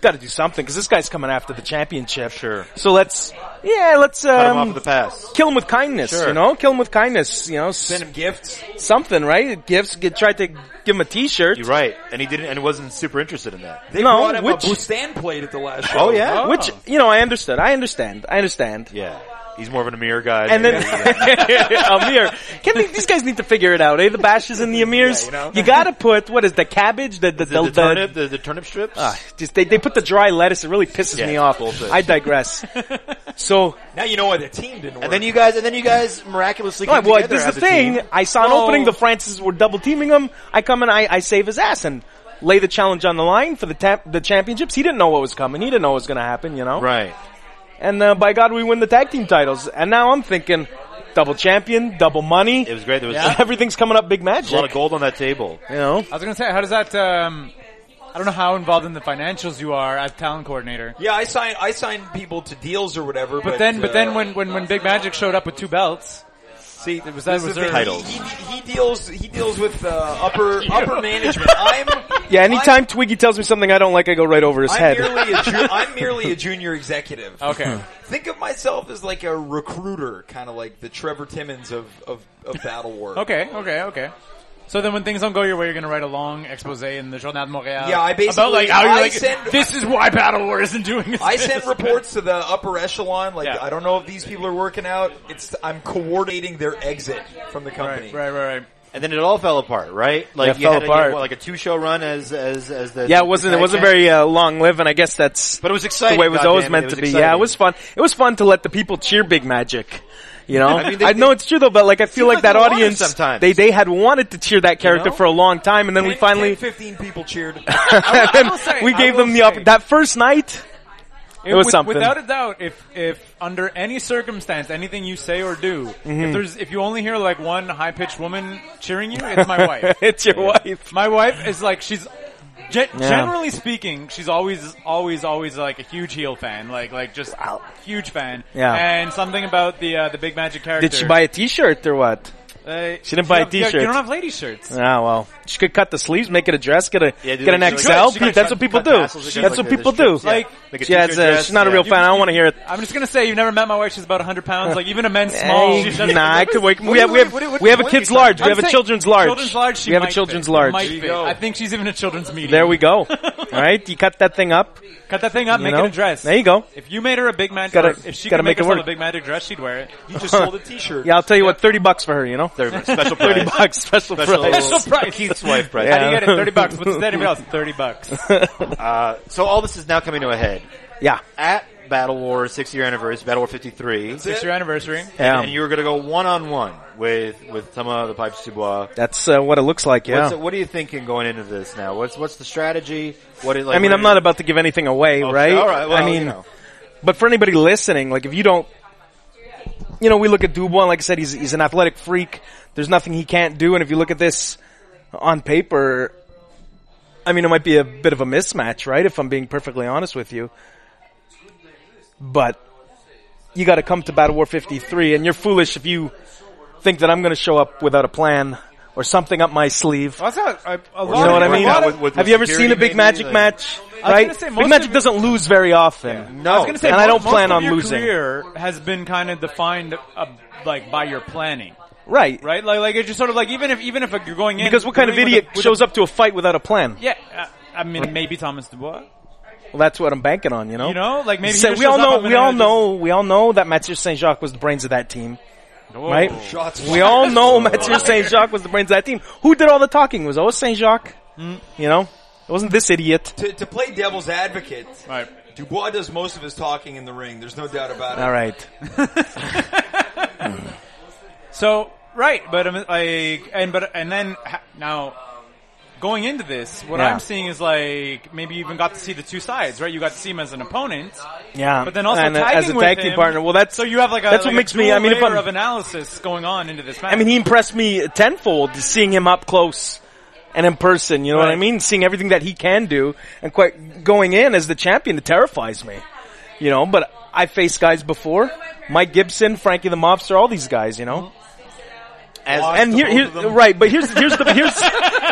S6: got to do something because this guy's coming after the championship.
S5: Sure.
S6: So let's yeah, let's um,
S5: Cut him off of the pass.
S6: kill him with kindness.
S5: Sure.
S6: You know, kill him with kindness. You know, s-
S7: Send him gifts.
S6: something right? Gifts. Get, tried to give him a T-shirt.
S5: You're right, and he didn't, and wasn't super interested in that.
S7: They
S6: No,
S7: brought him
S6: Oh, which-
S7: a Bustan plate at the last show.
S5: Oh yeah,
S6: Which you know, I understood. I understand. I understand.
S5: yeah. He's more of an Amir guy.
S6: And
S5: than-
S6: then <laughs> Amir, can they, these guys need to figure it out, eh? The bashes and the Amirs. you, gotta put what is the cabbage, the
S5: the,
S6: the, the,
S5: the turnip, the, the turnip strips.
S6: ah, just they, they put the dry lettuce. It really pisses
S5: Yeah,
S6: me off.
S5: bullshit. <laughs>
S6: I digress. so
S7: Now you know why the team didn't work.
S5: and then you guys, and then you guys miraculously.
S6: Right,
S5: Came
S6: well,
S5: together
S6: this is
S5: as
S6: the
S5: a team.
S6: thing. I saw an
S4: Well-
S6: opening. The Francis were double teaming him. I come and I, I save his ass and lay the challenge on the line for the ta- the championships. He didn't know what was coming. He didn't know what was going to happen. You know.
S5: Right.
S6: And uh, by God, we win the tag team titles. And now I'm thinking, double champion, double money.
S5: It was <laughs> great. There was
S6: Everything's coming up big magic.
S5: a lot of gold on that table.
S6: You know.
S4: I was gonna say, how does that? Um, I don't know how involved in the financials you are as talent coordinator.
S7: yeah, I sign I sign people to deals or whatever. But,
S4: But then, but
S7: uh,
S4: then when, when, when Big Magic showed up with two belts,
S7: See,
S4: was that
S7: this is the
S4: reserved?
S7: thing.
S5: Titles.
S7: He, he, he deals. He deals with uh,
S4: <laughs>
S7: upper upper management.
S5: <laughs>
S7: I'm
S6: Yeah. Anytime
S7: I'm,
S6: Twiggy tells me something I don't like, I go right over his
S7: I'm
S6: head.
S7: merely a ju-
S5: <laughs>
S7: I'm merely a junior executive.
S6: Hmm.
S4: okay,
S7: Think of myself as like a recruiter, kind of like the Trevor Timmons of of, of Battle War.
S4: okay, okay, okay. So then, when things don't go your way, you're gonna write a long expose in the Journal de Montréal.
S7: Yeah, I
S4: about
S7: basically-
S4: like how you're
S7: I
S4: like
S7: send-
S4: this is why Battle War isn't doing.
S7: I
S4: this." <laughs>
S7: send reports to the upper echelon. Like
S4: Yeah.
S7: I don't know if these people are working out. It's I'm coordinating their exit from the company.
S4: Right, right, right, right.
S5: And then it all fell apart, right? Like
S6: Yeah, it
S5: you
S6: fell
S5: had, a, you
S6: apart.
S5: had what, like a two-show run as as as the
S6: Yeah, it wasn't it wasn't very uh, long lived, and I guess that's
S5: But it was exciting,
S6: The way it was
S5: goddamn
S6: always
S5: it,
S6: meant
S5: it was
S6: to be. Yeah,
S5: exciting.
S6: it was fun. It was fun to let the people cheer Big Magic. You know, I,
S5: I mean, they-
S6: know it's true though, but like I feel
S5: Seems
S6: like
S5: like
S6: that
S5: they wanted
S6: audience
S5: sometimes.
S6: they they had wanted to cheer that character
S5: know?
S6: for a long time, and then we
S7: 10,
S6: finally <laughs>
S7: 10, 15 people cheered.
S6: and
S4: say,
S6: we
S4: I
S6: gave
S4: will
S6: them the up
S4: say-
S6: that first night. It was something.
S4: Without a doubt, if if under any circumstance, anything you say or do,
S6: Mm-hmm.
S4: if there's if you only hear like one high pitched woman cheering you, it's my wife.
S6: <laughs> <laughs> it's your wife.
S4: My wife is like she's ge-
S6: Yeah.
S4: generally speaking, she's always always always like a huge heel fan, like like just huge fan.
S6: Yeah.
S4: And something about the uh, the big magic character.
S6: Did she buy a T-shirt or what?
S4: Uh,
S6: she didn't buy a
S4: you don't- you don't-
S6: t-shirt.
S4: You don't have lady shirts.
S6: Ah, well, she could cut the sleeves, make it a dress, get a
S5: Yeah, do
S6: get an
S5: like-
S6: XL.
S5: she could- she could
S6: That's
S5: cut-
S6: what people
S5: cut
S6: do.
S5: tassels again,
S6: That's
S5: like
S6: what
S5: the-
S6: people
S5: the
S6: do.
S5: strips, yeah. Like a
S6: she has,
S5: t-shirt
S6: uh,
S5: dress,
S6: she's not a
S5: yeah.
S6: real
S5: You-
S6: fan. I don't want to hear it.
S4: I'm just gonna say you've never met my wife. She's about 100 pounds. Like even a men's small,
S6: Hey,
S4: she doesn't.
S6: nah, I could wait.
S5: What
S6: We
S5: do
S6: have
S5: you-
S6: we have
S5: what do you- what do you-
S6: we have a
S5: what do you
S6: kids
S5: think?
S6: large. We
S4: I'm
S6: have a
S4: saying
S6: children's large.
S4: Children's large. She
S6: We have a
S4: might
S6: children's
S4: fit.
S6: large.
S4: Might
S6: There you
S4: fit.
S6: go.
S4: I think she's even a children's medium.
S6: There we go. All right, you cut that thing up.
S4: Cut that thing up.
S6: You
S4: make
S6: know?
S4: it a dress.
S6: There you go.
S4: If you made her a big magic,
S6: Gotta-
S4: if she
S6: gotta
S4: could make,
S6: make it
S4: herself
S6: work.
S4: a big magic dress, she'd <laughs> wear it.
S7: You
S5: <laughs>
S7: just sold a T-shirt.
S6: Yeah, I'll tell you what. Thirty bucks for her. You know,
S5: They're
S6: <laughs>
S5: special thirty
S6: bucks special price.
S4: Special price.
S5: Keith's wife price.
S4: How do <laughs> you get it? Thirty bucks. What's that? Anybody <laughs> else? Thirty bucks.
S5: Uh, so all this is now coming to a head
S6: <laughs> Yeah,
S5: at Battle War six year anniversary, Battle War fifty three,
S4: Six year anniversary.
S6: yeah.
S5: and you were going to go one on one with with Tama the Pipes Dubois.
S6: That's uh, what it looks like. Yeah.
S5: What's, what are you thinking going into this now? What's what's the strategy? What is, like,
S6: I mean,
S5: what
S6: I'm
S5: is-
S6: not about to give anything away,
S5: Okay,
S6: right?
S5: All right. Well,
S6: I mean,
S5: you know.
S6: but for anybody listening, like if you don't, you know, we look at Dubois. Like I said, he's he's an athletic freak. There's nothing he can't do. And if you look at this on paper, I mean, it might be a bit of a mismatch, right? If I'm being perfectly honest with you, but you got to come to Battle War 53, and you're foolish if you think that I'm going to show up without a plan or something up my sleeve.
S4: That's not a, a lot.
S6: You know what I
S5: Right
S6: mean?
S5: now with- with-
S6: Have
S5: with
S6: you ever
S5: security
S6: seen a big
S5: maybe,
S6: magic
S5: like-
S6: match?
S4: was
S6: Right?
S4: gonna say,
S6: big
S4: most
S6: magic
S4: of-
S6: doesn't lose very often.
S5: No,
S4: Oh. I was gonna say,
S6: and
S4: most,
S6: I don't
S4: most
S6: plan
S4: of
S6: on
S4: your
S6: losing.
S4: Career has been kind of defined uh, like by your planning,
S6: Right.
S4: right? Like, like it's just sort of like even if even if you're going in
S6: Because what kind of idiot shows up to a fight without a plan?
S4: Yeah, uh, I mean maybe Thomas Dubois.
S6: Well, that's what I'm banking on, you know?
S4: You know, like maybe he
S6: So
S4: just
S6: we all
S4: shows up
S6: know,
S4: and
S6: we all
S4: then
S6: know, we all know that Mathieu Saint Jacques was the brains of that team. right?
S7: Shots
S6: We
S4: <laughs>
S6: all know Mathieu Saint Jacques was the brains of that team. Who did all the talking? It was always Saint Jacques.
S4: Mm.
S6: You know, it wasn't this idiot.
S7: to, to play devil's advocate.
S4: Right.
S7: Dubois does most of his talking in the ring. There's no doubt about it.
S4: <laughs>
S6: All right,
S4: So right, but I'm like, and but and then ha- now going into this, what
S6: Yeah.
S4: I'm seeing is like maybe you even got to see the two sides, right? You got to see him as an opponent,
S6: yeah.
S4: but then also
S6: And, uh,
S4: tagging
S6: as a
S4: with
S6: tag team
S4: him.
S6: partner. Well, that's
S4: so you have like a,
S6: that's
S4: like
S6: what
S4: a
S6: makes me.
S4: dual
S6: I mean, if
S4: layer
S6: I'm,
S4: of analysis going on into this match.
S6: I mean, he impressed me tenfold seeing him up close and in person. You know what I
S4: Right.
S6: mean? Seeing everything that he can do and quite going in as the champion, it terrifies me. You know, but I faced guys before. Mike Gibson, Frankie the Mobster, all these guys, you know.
S5: As,
S7: Lost
S6: And
S7: to
S6: here,
S7: both
S6: here
S7: of them.
S6: right, but here's here's the here's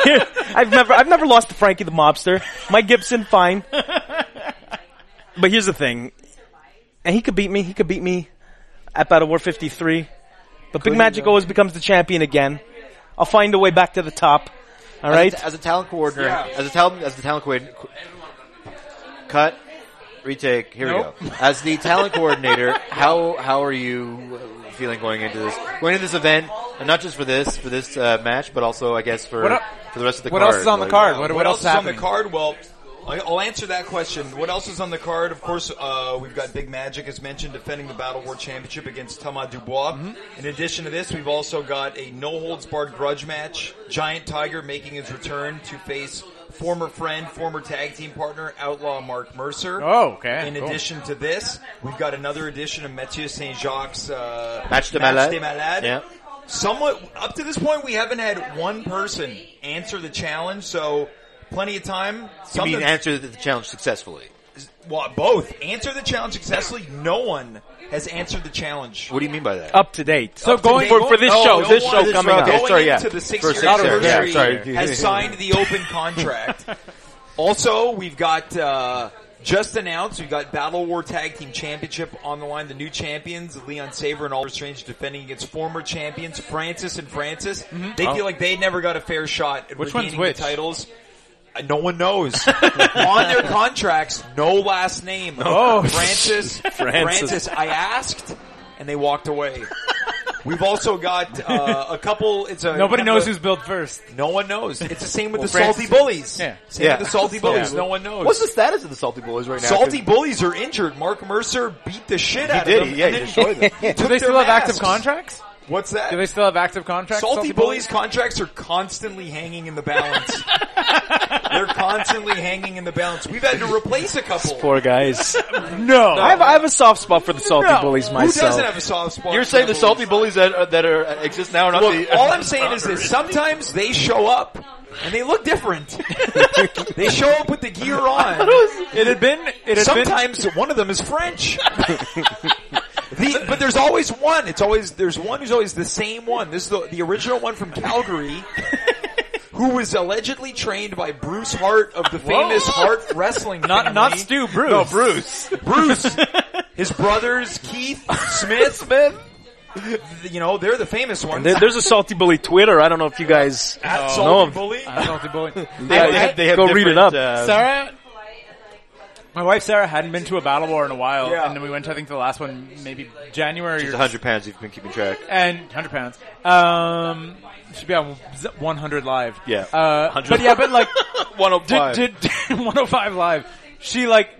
S6: here, I've never I've never lost to Frankie the Mobster. Mike Gibson,
S7: <laughs>
S6: fine. But here's the thing, and he could beat me. He could beat me at Battle War 53. But Big Magic always becomes the champion again. I'll find a way back to the top. All
S5: as
S6: right.
S5: a, as a talent coordinator,
S7: Yeah.
S5: as a talent as the talent coordinator, cut, retake. Here
S4: Nope. <laughs>
S5: we go. As the talent coordinator, how how are you uh, feeling going into this going into this event, and not just for this for this uh, match, but also I guess for
S4: What el-
S5: for the rest of the
S4: what
S5: card.
S4: else is on the
S5: Like,
S4: card? What, what,
S7: else
S4: else
S7: is
S4: is
S7: on the
S4: happening?
S7: card? Well, I- I'll answer that question. What else is on the card? Of course, uh, we've got Big Magic, as mentioned, defending the Battle War Championship against Thomas Dubois.
S4: Mm-hmm.
S7: In addition to this, we've also got a no holds barred grudge match. Giant Tiger making his return to face former friend, former tag team partner, Outlaw Mark Mercer.
S4: Oh, okay,
S7: In
S4: cool.
S7: addition to this, we've got another edition of Mathieu Saint Jacques' uh,
S5: Match de
S7: Match
S5: malade.
S7: de malade.
S5: Yeah.
S7: Somewhat up to this point, we haven't had one person answer the challenge, so plenty of time.
S5: You
S7: Something,
S5: mean answer the, the challenge successfully?
S7: well, both answer the challenge successfully. No one has answered the challenge.
S5: What do you mean by that?
S6: up to date. So
S7: Up to
S6: going
S7: date. Oh,
S6: for, for this
S7: No,
S6: show,
S7: no
S6: this
S7: one-
S6: show
S5: this
S6: coming
S5: show,
S6: up.
S5: okay.
S7: Going
S5: sorry, yeah.
S7: into the six
S5: For
S7: year
S5: six years, yeah,
S7: anniversary,
S5: sorry.
S7: has signed the open contract. also, we've got uh, just announced we've got Battle War Tag Team Championship on the line. The new champions, Leon Saber and Oliver Strange, defending against former champions Francis and Francis. They feel like they never got a fair shot at
S4: Which one's
S7: regaining
S4: which?
S7: the titles. Uh, No one knows. on their contracts, no last name. Oh, Francis, Francis. I asked, and they walked away. We've also got uh, a couple. It's a
S4: Nobody
S7: kind of
S4: knows
S7: a-
S4: who's built first.
S7: No one knows. It's the same with the
S4: Francis-
S7: salty bullies.
S4: Yeah.
S7: Same
S5: Yeah.
S7: with the salty bullies.
S5: Yeah.
S7: No one knows.
S5: What's the status of the Salty Boys right now?
S7: salty bullies are injured. Mark Mercer beat the shit
S5: He
S7: out
S5: did.
S7: of them.
S5: he- Yeah,
S7: and
S5: he
S7: then
S5: destroyed them.
S7: <laughs> he
S4: Do
S7: took
S4: they
S7: their
S4: still have active
S7: masks.
S4: contracts?
S7: What's that?
S4: Do they still have active contracts?
S7: salty, bullies contracts are constantly hanging in the balance. <laughs> They're constantly hanging in the balance. We've had to replace a couple.
S6: Poor guys.
S4: No.
S6: I have, I have a soft spot for the salty
S4: No.
S6: bullies
S7: Who doesn't
S6: myself.
S7: have a soft spot?
S5: You're
S7: for
S5: saying the
S7: bullies?
S5: Salty Bullies that are, that are uh, exist now are not
S7: Look,
S5: the
S7: all I'm saying is
S4: <laughs>
S5: <laughs>
S7: this. Sometimes they show up and they look different. they show up with the gear on.
S4: it had been. It had been.
S7: Sometimes one of them is French. The- but there's always one. It's always, there's one who's always the same one. This is the, the original one from Calgary. Who was allegedly trained by Bruce Hart of the famous Hart wrestling
S4: Not
S7: family.
S4: not Stu Bruce.
S7: No, Bruce.
S4: <laughs>
S7: Bruce. His brothers, Keith, Smith. Smith. You know, they're the famous ones.
S6: There- there's a salty bully Twitter. I don't know if you guys
S7: At
S6: know
S7: Salty
S6: of.
S7: Bully.
S4: Uh, salty
S6: <laughs>
S4: bully.
S5: they, have- they have, they have
S6: Go read it
S5: different,
S6: up.
S5: uh,
S4: Sarah. My wife Sarah hadn't been to a battle war in a while,
S7: Yeah.
S4: and then we went. To, I think the last one maybe January. or
S5: It's 100 pounds you've been keeping track.
S4: and 100 pounds. Um, should be on z- 100 live.
S5: Yeah.
S4: Uh,
S5: 100.
S4: but yeah, but
S6: <laughs>
S4: like
S5: 105.
S4: Did, did 105 live? She like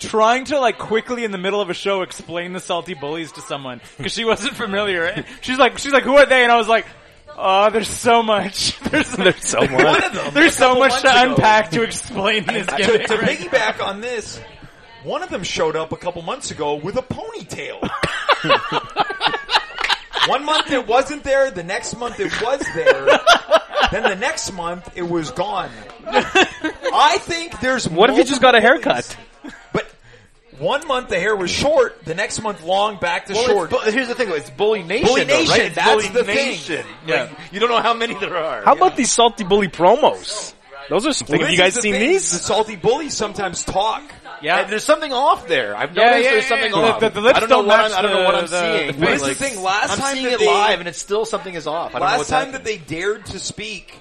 S4: trying to like quickly in the middle of a show explain the salty bullies to someone because she wasn't familiar. And She's like, she's like, who are they? And I was like. Oh, there's so much. <laughs>
S6: <laughs>
S4: There's, there's so
S6: One
S7: of
S4: <laughs>
S7: them,
S4: There's so much to
S7: months ago.
S4: unpack to <laughs> explain this
S7: <laughs> to,
S4: gimmick.
S7: to piggyback on this, one of them showed up a couple months ago with
S6: <laughs>
S7: a ponytail. one month it wasn't there, the next month it was there, then the next month it was gone. I think there's
S6: What if you just got a haircut?
S7: But one month the hair was short, the next month long, back to
S5: Well, it's
S7: short.
S5: bu- here's the thing: though, it's Bully Nation.
S7: Bully
S5: though,
S7: Nation,
S5: right? It's
S7: that's
S5: Bully
S7: the thing.
S5: Nation.
S4: Yeah.
S5: Like, you don't know how many there are.
S6: How about these salty bully promos? Those are something.
S7: Well,
S6: Have you
S7: this
S6: guys
S7: is the
S6: seen
S7: thing, The
S6: these?
S7: salty bullies sometimes talk.
S5: And there's something off there. I've
S4: Yeah,
S5: noticed
S4: yeah,
S5: there's
S4: yeah,
S5: something
S4: yeah.
S5: off.
S4: The- the- the lips
S5: I don't know
S4: don't
S5: what
S4: match
S5: I'm, I don't know what I'm
S4: the- the-
S5: seeing.
S4: the
S5: but,
S7: face.
S5: like,
S7: This is the thing, last
S5: I'm
S7: time
S5: seeing
S7: that
S5: it
S7: they-
S5: live, and it's still something is off. I don't know
S7: Last
S5: what's
S7: time that
S5: happening.
S7: they dared to speak,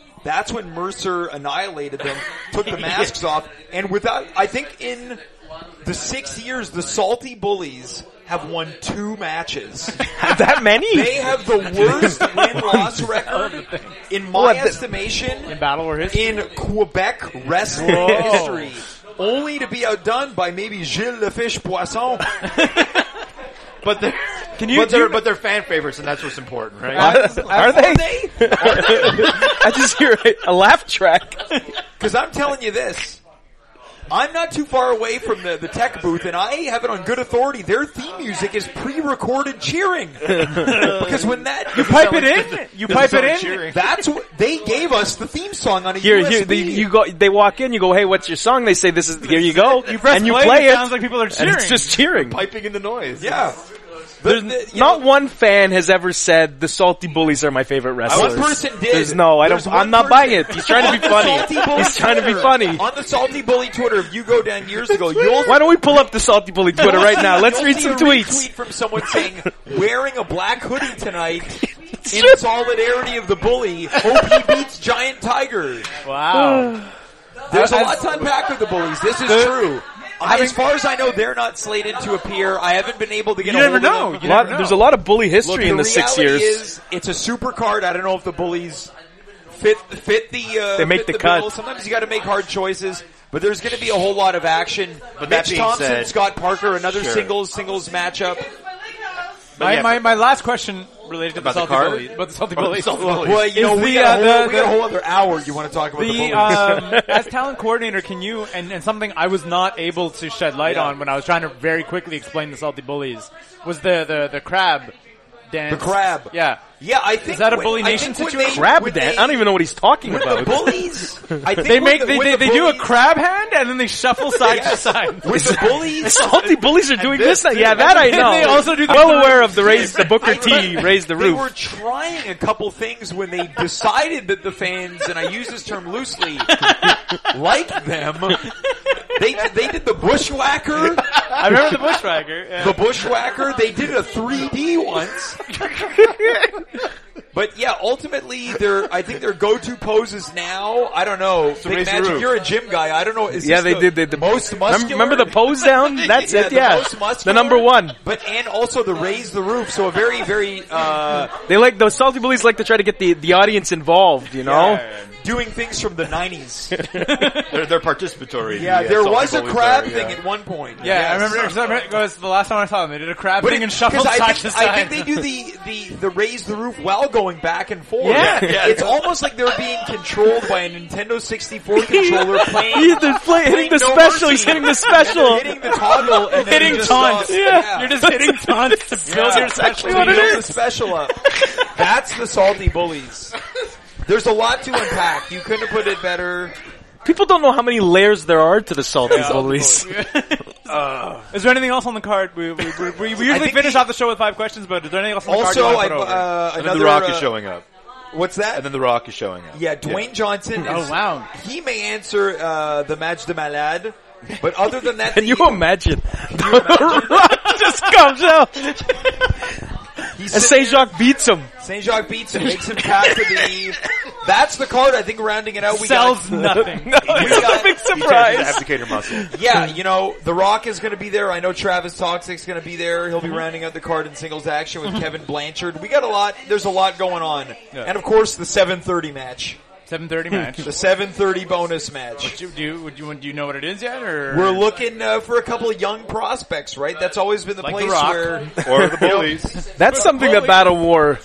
S5: <laughs>
S7: that's when Mercer annihilated them, took the masks off, and without, I think in the six years the salty bullies have won
S5: <laughs>
S7: two matches.
S6: that many?
S7: They have the worst win-loss record in my
S6: What the-
S7: estimation
S4: in battle or history.
S7: in Quebec wrestling
S4: Whoa.
S7: history, only to be outdone by maybe Gilles Le Fish
S5: <laughs>
S7: Poisson.
S5: But they're,
S6: Can you
S5: but they're,
S6: do-
S5: but they're fan favorites, and that's what's important, right?
S6: Are, are they? <laughs> I just hear a- a laugh track.
S7: Because I'm telling you this. I'm not too far away from the, the tech booth, and I have it on good authority. Their theme music is
S5: <laughs>
S7: pre-recorded cheering. because when that you
S4: pipe it in. You pipe it in.
S7: that's what they gave us the theme song on a
S6: Here,
S7: USB.
S6: here, they, you go. They walk in. You go, hey, what's your song? They say, this is. Here you go.
S4: You press
S6: and you
S4: play,
S6: play
S4: it,
S6: it.
S4: sounds like people are
S6: and
S4: cheering.
S6: it's just cheering.
S5: Piping in the noise.
S7: yeah. The- the- you
S6: Not
S7: know,
S6: one fan has ever said the salty bullies are my favorite wrestlers.
S7: One person did.
S6: There's no, I
S7: There's
S6: don't.
S7: one
S6: I'm not
S7: person-
S6: buying it. He's trying to
S7: On
S6: be
S7: the <laughs> Salty
S6: funny.
S7: Bully
S6: He's trying to be
S7: Twitter-
S6: funny.
S7: On the Salty Bully Twitter, if you go down years ago, you'll
S6: Why don't we pull up the salty bully Twitter right now? Let's
S7: <laughs> You'll
S6: read
S7: see
S6: some
S7: a
S6: tweets.
S7: retweet from someone saying, "Wearing a black hoodie
S6: <laughs>
S7: tonight in
S6: true.
S7: solidarity of the bully." Hope he beats Giant Tiger.
S4: wow.
S7: There's a lot to unpack with the bullies. This is
S6: Uh,
S7: true. I- as far as I know, they're not slated to appear. I haven't been able to get.
S4: You
S7: a
S4: never
S7: hold of
S4: know.
S7: them.
S4: You
S6: Lot-
S4: never know.
S6: there's a lot of bully
S7: Look,
S6: history in the six
S7: reality
S6: years.
S7: Is, it's a super card. I don't know if the bullies fit fit the. Uh,
S6: They make
S7: fit
S6: the cut.
S7: bill. Sometimes you got to make hard choices. But there's going to be a whole lot of action.
S5: But that
S7: Mitch
S5: being
S7: Thompson,
S5: said-
S7: Scott Parker, another
S5: Sure.
S7: singles singles matchup.
S5: But
S4: My,
S5: yeah,
S4: my, my last question related to
S5: About the
S4: the salty
S5: card?
S4: bullies. About the salty
S5: About the
S4: bullies.
S5: salty bullies.
S7: Well, you
S4: Is
S7: know,
S4: the,
S7: we, got a
S4: uh,
S7: whole,
S4: the-
S7: we got a
S4: the-
S7: whole other hour you want to talk about the,
S4: the
S7: bullies.
S4: um, as talent coordinator, can you and, and something I was not able to shed light on when I was trying to very quickly explain the salty bullies was the the the crab dance.
S7: The crab.
S4: Yeah.
S7: yeah, I think
S4: Is that a
S7: when-
S4: Bully
S7: I think
S4: Nation
S7: when
S4: situation?
S7: They,
S6: Crab
S7: when
S6: dance.
S7: they-
S6: I don't even know what he's talking
S7: With the
S6: about.
S7: bullies, I think
S4: They
S7: when
S4: make
S7: the,
S4: they
S7: when
S4: they,
S7: the
S4: they do a
S7: bullies-
S4: crab hand and then they
S7: <laughs>
S4: shuffle side to
S7: Yes.
S4: side.
S7: With the bullies,
S6: <laughs> Salty bullies are doing this. now. Yeah,
S4: and
S6: that I
S4: then
S6: know.
S4: they also do the-
S6: well aware of the raise
S7: <laughs>
S6: the Booker T raise the
S7: They
S6: roof.
S7: were trying a couple things when they decided that the fans, and I use this term loosely, <laughs> like them. They they did the bushwhacker,
S4: I remember the bushwhacker. Yeah.
S7: the bushwhacker. They did a 3D once. But yeah, ultimately, their I think their go-to poses now. I don't know. Big
S5: raise the
S7: Magic,
S5: roof.
S7: you're a gym guy. I don't know. Is
S6: yeah,
S7: this
S6: they
S7: the
S6: did. They, the
S7: most muscular.
S6: Remember the pose
S7: <laughs>
S6: down? That's it.
S7: the
S6: Yeah,
S7: most muscular,
S6: the number one.
S7: But and also the raise the roof. So a very very
S6: <laughs>
S7: uh,
S6: They like those salty bullies like to try to get the, the audience involved, you know?
S7: doing things from the 90s.
S5: They're, they're participatory.
S7: Yeah,
S5: the, uh,
S7: there
S5: Celtic
S7: was a
S5: bullies
S7: crab
S5: are, yeah.
S7: thing at one point.
S4: Yeah, I remember. 'cause I remember- It was the last time I saw them. They did a crab
S7: But
S4: thing
S7: it-
S4: and shuffled
S7: 'cause I
S4: side
S7: think,
S4: to side.
S7: I think they do the, the, the raise the roof while going back and forth.
S4: Yeah.
S5: Yeah.
S7: It's almost like they're being controlled by a
S4: <laughs>
S7: Nintendo 64 controller playing.
S6: He's the play, hitting the
S7: no
S6: special.
S7: mercy.
S6: He's hitting the
S7: and they're
S6: special.
S7: <laughs> hitting the toggle and then
S4: hitting
S7: you just
S4: taunts. <laughs>
S7: lost-
S4: You're just
S7: <laughs>
S4: hitting taunts to build your
S7: That's
S4: special.
S7: actually what it is. The special up. That's the salty bullies. There's a lot to unpack. You couldn't have put it better.
S6: People don't know how many layers there are to the salty
S4: Is
S6: bullies.
S4: there anything else on the card? We, we, we, we usually
S7: think
S4: finish
S7: the-
S4: off the show with five questions, but is there anything else on the
S7: Also,
S4: card? you
S7: I,
S4: wanna put over?
S7: uh,
S5: And then
S7: another
S5: The Rock
S7: uh,
S5: is showing up.
S7: What's
S5: And
S7: that?
S5: then The Rock is showing up.
S7: Yeah, Dwayne Johnson.
S4: Oh,
S7: is-
S4: wow.
S7: He may answer uh, the match de malade, but other
S4: <laughs>
S7: than that,
S6: Can you
S7: he-
S6: imagine? <laughs> The Rock just comes out and
S7: he's
S6: Saint Jacques beats him.
S7: Saint Jacques beats him, makes him tap to the. That's the card. I think rounding it out, we
S4: Sells nothing.
S6: No, it's
S7: got-
S6: a big
S5: He tears his
S6: surprise.
S5: abdicator
S7: <laughs>
S5: muscle.
S7: got. Yeah, you know, The Rock is going to be there. I know Travis Toxic's going to be there. He'll be rounding out the card in singles action with Kevin Blanchard. We got a lot. There's a lot going on, and of course the 7:30 match,
S4: Seven thirty match.
S7: the 7:30 bonus match.
S4: do, you- do, you- would you, do you know what it is yet? Or
S7: We're looking uh, for a couple of young prospects, right? That's always been the
S4: Like The
S7: place
S4: Rock.
S7: where
S5: Or <laughs> the bullies.
S6: That's something that Battle War.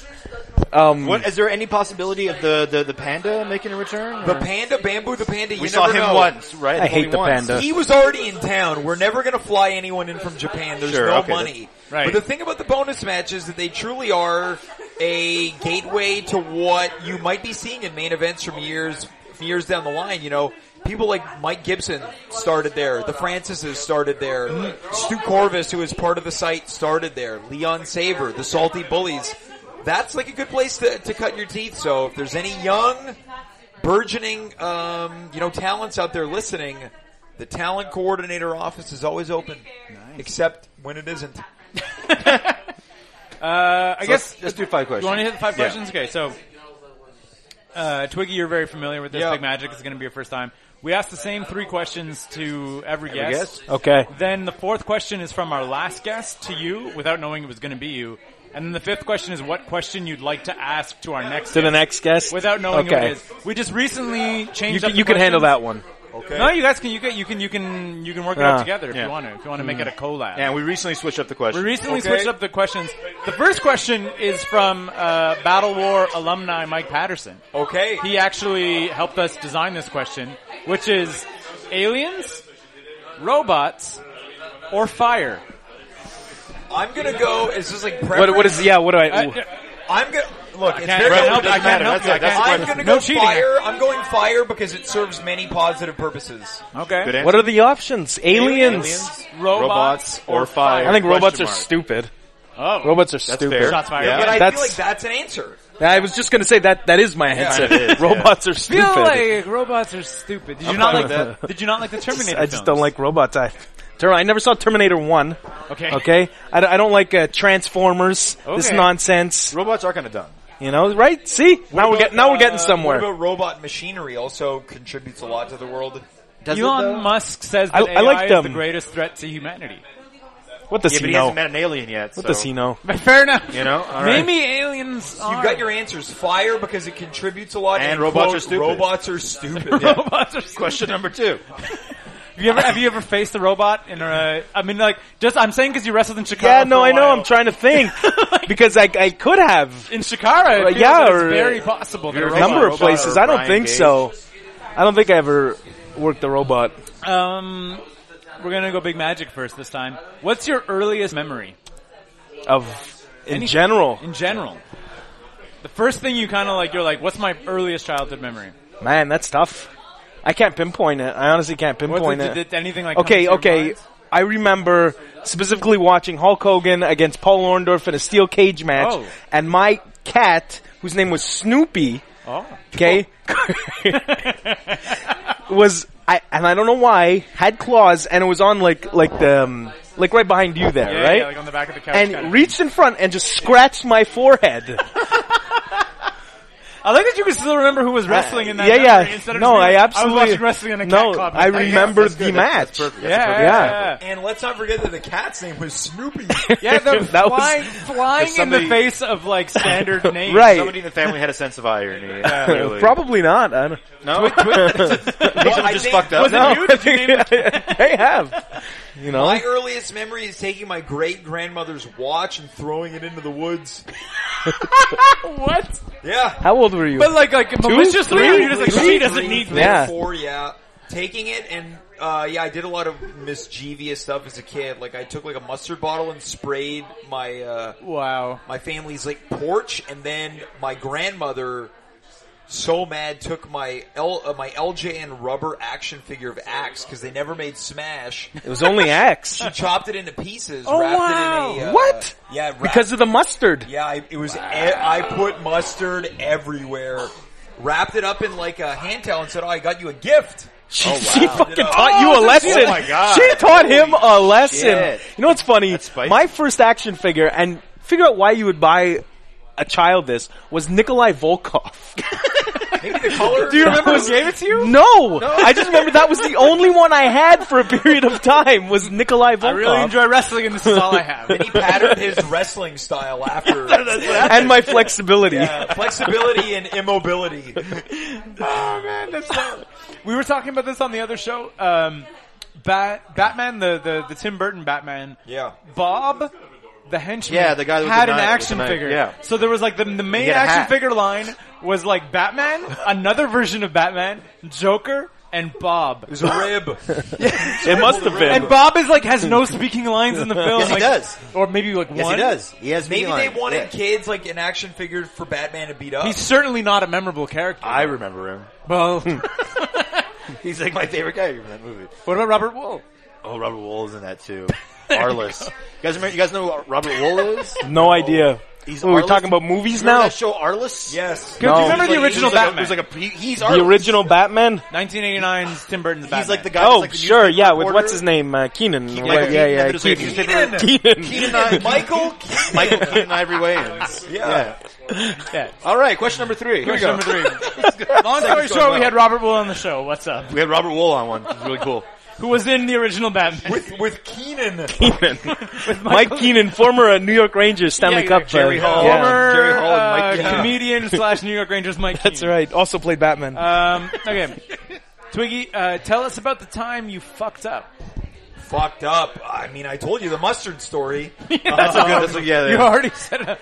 S6: Um,
S5: What, is there any possibility of the, the, the panda making a return?
S7: The
S5: or-
S7: panda, Bamboo the panda, you
S5: we
S7: never
S5: saw him
S7: know.
S5: once, right?
S6: I hate
S5: Only
S6: the
S5: once.
S6: panda.
S7: He was already in town. We're never going to fly anyone in from Japan. There's
S5: Sure,
S7: no
S5: okay,
S7: money.
S4: right.
S7: But the thing about the bonus match is that they truly are a gateway to what you might be seeing in main events from years, years down the line, you know. People like Mike Gibson started there. The Francises started there. Stu Corvus, who is part of the site, started there. Leon Saver, the Salty Bullies. That's like a good place to, to cut your teeth. So if there's any young burgeoning, um, you know, talents out there listening, the talent coordinator office is always open, except when it isn't.
S4: uh, I guess
S5: Let's, let's do five questions.
S4: You want to hit the five
S5: Yeah.
S4: questions? Okay, so uh, Twiggy, you're very familiar with this.
S7: Yeah.
S4: Big Magic is going to be your first time. We ask the same three questions to every guest.
S5: guest?
S6: Okay.
S4: Then the fourth question is from our last guest to you without knowing it was going to be you. And then the fifth question is what question you'd like to ask to our next
S6: To the
S4: guest
S6: next guest.
S4: without knowing who
S6: okay.
S4: it is. We just recently
S6: You,
S4: changed up
S6: can,
S4: the
S6: you can handle
S4: questions.
S6: that one.
S5: Okay.
S4: No, you guys can you can you can you can you can work it
S6: Yeah.
S4: out together if
S5: Yeah.
S4: you want to. If you want to make it a collab.
S5: and we recently switched up the question.
S4: We recently
S5: Okay.
S4: switched up the questions. The first question is from uh, Battle War alumni Mike Patterson.
S7: Okay.
S4: He actually helped us design this question, which is aliens, robots, or fire.
S7: I'm gonna go. Is this like preference?
S6: What, what is, yeah, what do I,
S4: Uh,
S7: I'm gonna look. It's
S4: can't
S7: very
S4: help
S7: doesn't
S4: it. I can't
S7: matter.
S4: help
S5: That's
S4: you.
S5: it.
S4: I
S5: That's
S4: can't-
S5: the
S7: I'm
S5: question.
S7: gonna
S4: No
S7: go
S4: cheating.
S7: fire. I'm going fire because it serves many positive purposes.
S4: okay.
S5: Good answer.
S6: what are the options? Aliens.
S4: Robots
S5: robots, or fire?
S6: I think robots
S5: Question
S6: are
S5: mark.
S6: stupid.
S4: Oh.
S6: Robots are
S5: That's
S6: stupid.
S5: fair.
S4: Shots fired.
S5: Yeah.
S7: But I
S6: That's-
S7: feel like that's an answer.
S6: I was just gonna say that, that is my answer.
S5: it is, yeah.
S6: robots are
S4: I feel
S6: stupid.
S4: like robots are stupid. Did you
S5: I'm
S4: not
S5: fine
S4: like
S5: with
S4: Did you not like the Terminator?
S6: <laughs> I just
S4: films?
S6: don't like robots. I, Term- I never saw Terminator 1.
S4: Okay.
S6: Okay? I, don't- I don't like uh, Transformers. This
S4: Okay.
S6: nonsense.
S5: Robots are kind of dumb.
S6: You know, right? See? Now we're,
S7: But,
S6: get, now we're
S7: uh,
S6: getting somewhere.
S7: What about robot machinery? Also contributes a lot to the world.
S5: Does
S4: Elon Musk says that
S6: I- I
S4: AI
S6: like
S4: is the
S6: them.
S4: greatest threat to humanity.
S6: What does
S5: Yeah, but
S6: he
S5: he
S6: know?
S5: hasn't met an alien yet.
S6: What
S5: so,
S6: does he know?
S4: Fair enough.
S5: You know, all right.
S4: Maybe aliens are.
S7: You've got
S4: <laughs>
S7: your answers. Fire because it contributes a lot.
S5: And robots
S7: quote,
S5: are stupid.
S7: Robots are
S4: <laughs>
S7: stupid. Yeah.
S4: robots are stupid.
S5: <laughs> Question number two.
S4: Have you ever have you ever faced a robot in a? I mean, like just I'm saying because you wrestled in Chicago.
S6: Yeah,
S4: for
S6: no,
S4: a
S6: I know.
S4: while.
S6: I'm trying to think
S5: <laughs>
S6: because I, I could have
S4: in Shikara.
S6: Well,
S4: It
S6: yeah,
S4: yeah, it's
S6: or-
S4: very possible. that
S5: You're
S4: a
S6: a
S5: Robot,
S6: number of
S5: robot,
S6: places.
S5: or
S6: I don't
S5: Brian
S6: think
S5: Gage.
S6: so. I don't think I ever worked a robot.
S4: Um, we're gonna go big magic first this time. What's your earliest memory
S6: Of in
S4: Any-
S6: general,
S4: in general? The first thing you kind of like, you're like, "What's my earliest childhood memory?"
S6: man, that's tough. I can't pinpoint it. I honestly can't
S4: What
S6: pinpoint
S4: did,
S6: it.
S4: did anything like? come to
S6: Okay,
S4: your
S6: okay.
S4: mind?
S6: I remember specifically watching Hulk Hogan against Paul Orndorff in a steel cage match,
S4: Oh.
S6: and my cat, whose name was Snoopy,
S4: Oh, <laughs>
S6: okay, was I and I don't know why had claws and it was on like like the um, like right behind you there,
S4: yeah,
S6: right?
S4: yeah, like on the back of the couch. kind
S6: and
S4: of.
S6: reached in front and just scratched my forehead.
S4: I like that you can still remember who was wrestling in that.
S6: yeah,
S4: memory
S6: yeah.
S4: Instead of
S6: No,
S4: just being,
S6: I absolutely
S4: I was watching wrestling in a cat
S6: no.
S4: club.
S6: I
S4: Yeah,
S6: remember
S5: that's
S6: the
S5: good. That's-
S6: match.
S5: that's
S4: <laughs>
S5: perfect.
S4: Yeah,
S5: That's a perfect
S4: yeah,
S7: And let's not forget that the cat's name was Snoopy.
S4: <laughs> yeah. yeah the
S6: <laughs> That was-
S4: flying, flying in
S5: somebody-
S4: <laughs> the face of like standard
S6: <laughs>
S4: names.
S6: Right.
S5: Somebody in the family had a sense of irony. clearly.
S6: <laughs> Probably not. I don't,
S4: <laughs>
S5: No.
S6: <laughs>
S7: Well, I
S5: just
S7: think-
S5: fucked up.
S4: Was it
S6: no,
S4: you? Did you name it?
S6: <laughs> they have. You know,
S7: My earliest memory is taking my great grandmother's watch and throwing it into the woods.
S4: What?
S7: Yeah.
S6: how old were you?
S4: But like, like maliciously,
S6: Three?
S4: you're just like,
S6: Three?
S4: she doesn't need
S7: three,
S4: me.
S6: Yeah.
S7: Four, yeah. Taking it and uh, yeah, I did a lot of mischievous stuff as a kid. Like I took like a mustard bottle and sprayed my uh,
S4: Wow.
S7: my family's like porch, and then my grandmother, so mad, took my L uh, my LJN rubber action figure of Axe because they never made Smash.
S6: it was
S4: <laughs>
S6: only Axe
S7: She chopped it into pieces.
S6: Oh,
S7: wrapped
S6: wow.
S7: It in a, uh,
S6: What?
S7: Yeah, wrapped,
S6: because of the mustard.
S7: yeah, I, it was. e- I put mustard everywhere. Wrapped it up in like a hand towel and said, "Oh, I got you a gift."
S6: She, she fucking
S7: Oh,
S6: taught you a lesson.
S5: oh my God.
S6: She taught him a lesson.
S5: shit.
S6: You know what's funny?
S5: spicy.
S6: My first action figure, and figure out why you would buy a child this, was Nikolai Volkov.
S7: Maybe the color.
S6: Do you remember who gave it to you? No, I just remember that was the only one I had for a period of time was Nikolai Volkov.
S4: I really enjoy wrestling, and this is all I have.
S7: He patterned his wrestling style
S6: <laughs>
S7: after
S6: <laughs> and my flexibility.
S7: <laughs> Yeah, flexibility and immobility.
S4: oh man, that's so. We were talking about this on the other show. Um, Bat- Batman, the, the the Tim Burton Batman.
S7: Yeah.
S4: Bob, the henchman.
S5: Yeah, the guy with
S4: had
S5: the
S4: an
S5: knife-
S4: action
S5: with the knife,
S4: figure.
S5: yeah.
S4: So there was like the the main
S5: He had a
S4: action
S5: hat.
S4: figure line was like
S5: <laughs>
S4: Batman, another version of Batman, Joker, and Bob.
S7: It was
S6: <laughs>
S7: a rib.
S6: It must have been.
S4: And Bob is like has no speaking lines in the film.
S5: Yes, he
S4: like-
S5: does.
S4: or maybe like
S5: Yes,
S4: one.
S5: he does. He has
S7: Maybe
S5: feline.
S7: they wanted
S5: Yeah.
S7: kids like an action figure for Batman to beat up.
S4: He's certainly not a memorable character.
S5: <laughs> I remember him.
S4: well,
S5: He's like my favorite guy from that movie.
S4: what about Robert Wool?
S5: Oh, Robert Wool's in that too. Arliss. You guys remember? You guys know what Robert Wool is?
S6: no idea.
S5: He's
S6: What, we're
S5: Arliss?
S6: talking about movies
S5: Remember
S6: now?
S5: that show Arliss? Oh.
S6: <laughs>
S7: Yes.
S4: Do you
S6: No.
S4: remember
S5: He's
S4: the
S5: like-
S4: original
S5: he's like a-
S4: Batman?
S5: He's like a he- he's
S6: The
S5: Arliss.
S6: original Batman?
S4: 1989's Tim Burton's Batman.
S5: He's like the guy. that's
S6: Oh,
S5: like the
S6: sure,
S5: newspaper
S6: yeah, with
S5: reporter.
S6: what's his name? Uh, Keenan.
S5: Keaton,
S6: Right,
S5: Michael
S6: yeah,
S5: Keaton,
S6: yeah,
S5: the newspaper
S6: Keaton.
S5: reporter.
S6: Keaton.
S5: Keaton,
S6: <laughs>
S5: uh,
S7: Michael
S5: Michael Keaton Ivory Wayans.
S7: Yeah.
S4: Yeah.
S5: All right, question number three. Here
S4: Question
S5: we <laughs>
S4: number
S5: go.
S4: three. Long
S5: <laughs>
S4: story
S5: Second's going
S4: short, we
S5: well.
S4: had Robert Wool on the show. What's up?
S5: We had Robert Wool on one. It's really cool.
S4: Who was in the original Batman?
S7: with with Keenan.
S6: Keenan. <laughs> Mike Keenan, former uh, New York Rangers Stanley
S4: Yeah,
S6: Cup
S4: Jerry
S6: uh,
S4: Hall,
S6: yeah.
S4: former
S7: Jerry Hall and Mike
S4: uh,
S5: <laughs>
S7: Keaton.
S4: comedian slash New York Rangers Mike.
S6: That's right. Also played Batman.
S4: Um, okay, Twiggy, uh, tell us about the time you fucked up.
S7: Fucked up. I mean, I told you the
S4: <laughs>
S7: mustard story.
S5: That's a good. That's a, yeah.
S4: Um, You
S5: yeah.
S4: already said. it.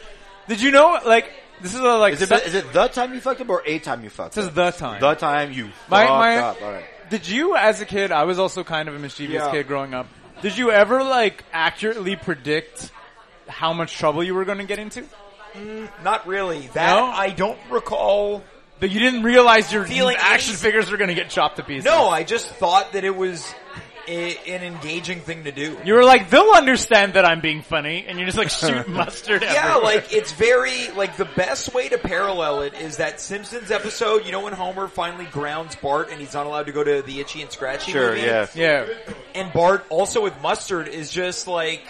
S4: Did you know? Like this is a, like
S5: Is it,
S4: se-
S5: is it the time you fucked up or a time you fucked
S4: this is
S5: up?
S4: the time.
S5: The time you
S4: My-
S5: fucked
S4: my-
S5: up. All right.
S4: Did you, as a kid, I was also kind of a mischievous
S5: Yeah.
S4: kid growing up. Did you ever like accurately predict how much trouble you were going to get into?
S7: Not really. That
S4: No?
S7: I don't recall.
S4: That you didn't realize your
S7: Feeling
S4: action
S7: ace-
S4: figures were going to get chopped to pieces.
S7: No, I just thought that it was a, an engaging thing to do.
S4: You were like, they'll understand that I'm being funny, and you just like
S7: <laughs>
S4: shoot mustard.
S7: Yeah,
S4: everywhere.
S7: like it's very like the best way to parallel it is that Simpsons episode. You know when Homer finally grounds Bart and he's not allowed to go to the Itchy and Scratchy.
S5: Sure.
S7: movie?
S5: Yeah.
S4: yeah.
S7: And Bart also with mustard is just like,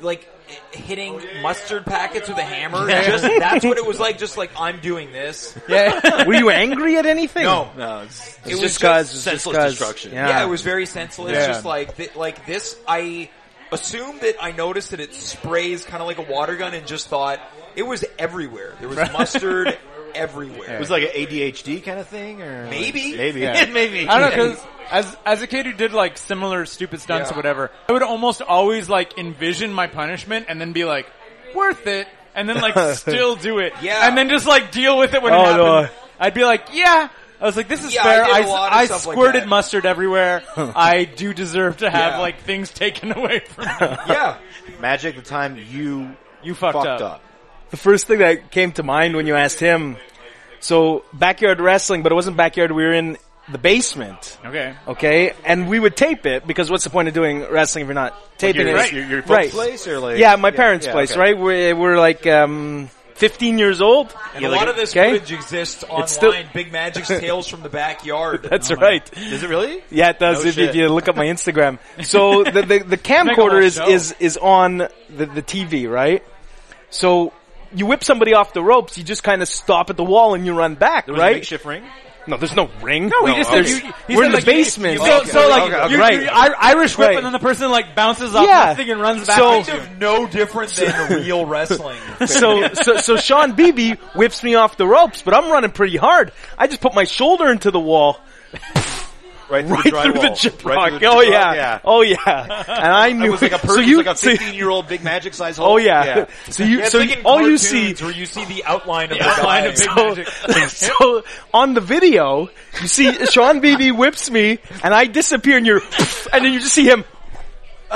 S7: like hitting mustard packets with a hammer. Just that's what it was like. Just like I'm doing this. <laughs>
S4: Yeah.
S6: <laughs> Were you angry at anything?
S7: No,
S5: No, it's,
S7: it was
S6: just
S7: just-
S6: cause, it's just
S5: senseless
S6: cause-
S5: destruction.
S6: Yeah.
S7: Yeah, it was very senseless.
S4: Yeah.
S7: Just like th- like this, I assumed that I noticed that it sprays kind of like a water gun, and just thought it was everywhere. There was
S6: <laughs>
S7: mustard everywhere.
S5: it was like an ADHD kind of thing, or
S7: <laughs> Maybe.
S5: maybe,
S4: Yeah.
S5: maybe.
S4: I don't know, cause as, as a kid who did like similar stupid stunts
S7: Yeah.
S4: or whatever, I would almost always like envision my punishment and then be like, worth it, and
S7: <laughs>
S4: then like still do it.
S7: Yeah.
S4: And then just like deal with it when
S6: Oh,
S4: it happened.
S6: no.
S4: I'd be like, yeah. I was like, this is
S7: Yeah, I
S4: fair.
S7: did a
S4: I,
S7: lot of
S4: I
S7: stuff like
S4: squirted
S7: that.
S4: mustard
S7: <laughs>
S4: everywhere. I do deserve to have
S7: Yeah.
S4: like things taken <laughs> away from
S7: <laughs>
S4: me.
S7: yeah,
S5: Magic, the time you
S4: You fucked,
S5: fucked
S4: up.
S5: up.
S6: The first thing that came to mind when you asked him. So backyard wrestling, but it wasn't backyard. We were in the basement.
S4: Okay.
S6: Okay, and we would tape it because what's the point of doing wrestling if you're not taping
S5: Your,
S6: it?
S5: your, your folks'
S6: right.
S5: place, or like
S6: Yeah, my parents' place.
S5: okay.
S6: Right, we're, we're like um, 15 years old.
S7: and a lot of this
S6: okay.
S7: footage exists online.
S6: still-
S7: Big Magic's Tales from the Backyard.
S6: <laughs> That's right.
S5: Is it really?
S6: Yeah, it does.
S5: No
S6: if, you-
S5: shit.
S6: if you look up my Instagram,
S5: <laughs>
S6: so the the, the camcorder
S4: whole
S6: is,
S4: show.
S6: is is on the the TV, right? So you whip somebody off the ropes, you just kind of stop at the wall and you run back,
S5: There was a
S6: right?
S5: makeshift ring.
S6: no, there's no ring.
S4: No, he just said
S6: There's-
S4: you- he
S6: we're
S4: said,
S6: in the
S4: like, you-
S6: basement.
S4: you- so, so, like
S5: okay, okay.
S4: you,
S6: Right.
S4: you I- Irish whip,
S6: Right.
S4: and then the person like bounces off
S6: Yeah.
S4: the thing and runs back.
S6: <laughs> So-
S4: at you.
S7: Kind of no different
S6: <laughs>
S7: than real wrestling.
S6: so, so, so Sean Beebe whips me off the ropes, but I'm running pretty hard. I just put my shoulder into the wall,
S5: Right through
S6: <laughs> right
S5: the
S6: through
S5: drywall.
S6: the gyprock.
S5: Right through the
S6: oh
S5: gyprock,
S6: yeah.
S5: yeah.
S6: oh yeah. And I knew
S5: It was like a person,
S6: <laughs> so you,
S5: like a
S6: so-
S5: fifteen-year-old big magic size hole.
S6: oh yeah. <laughs> So you,
S7: Yeah, it's
S6: so
S7: like in
S6: all you
S7: cartoons <laughs>
S6: see,
S7: where you see the outline of the
S4: outline
S7: guy.
S4: of Big
S6: <laughs> so, so on the video, you see Sean Beebe whips me, and I disappear, and you're, <laughs> and then you just see him. <laughs>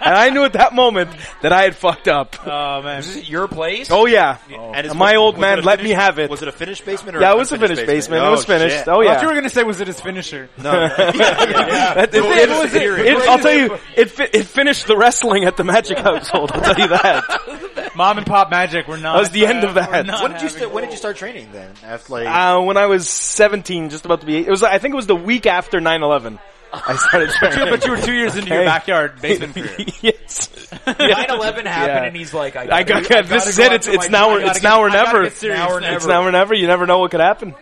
S6: and I knew at that moment that I had fucked up.
S4: Oh man.
S7: Is it your place?
S6: Oh yeah.
S5: And it's-
S6: my old
S5: was
S6: man
S5: it a
S6: let
S5: finished-
S6: me have it.
S5: Was it a finished basement? Or
S6: Yeah,
S5: an
S6: it was a
S5: unfinished
S6: finished basement. It was
S5: Oh,
S6: finished.
S5: shit.
S6: Oh
S4: I
S6: yeah.
S4: thought you were gonna say was it his finisher?
S6: <laughs> That- it-
S4: Well, it
S6: it-
S4: was-
S6: it-
S4: it-
S6: it- I'll tell you, it, fi- it finished the wrestling at the Magic Household. I'll tell you that.
S4: Mom and Pop Magic. We're not. uh,
S6: That was the end of
S4: we're
S6: that.
S4: not
S5: <laughs> When did you
S4: having-
S5: st- when did you start training then? After like
S6: Uh, when I was 17, just about to be, eight, it was. I think it was the week after 9/11. I started
S4: Yeah,
S6: training.
S4: but you were two years into your
S6: Hey.
S4: backyard <laughs>
S6: <laughs>
S4: basement career.
S6: yes.
S7: 9-11 happened
S6: Yeah.
S7: and he's like, I
S6: I
S7: gotta-
S6: got,
S7: I gotta
S6: this is
S7: go
S6: it.
S7: out
S6: It's
S7: to
S6: it's
S7: my-
S6: now
S7: I
S6: or
S7: gotta
S6: it's
S7: get-
S6: now or
S4: I gotta
S6: never.
S4: get serious.
S7: Now or
S6: It's
S7: never.
S6: now or never. You never know what could happen.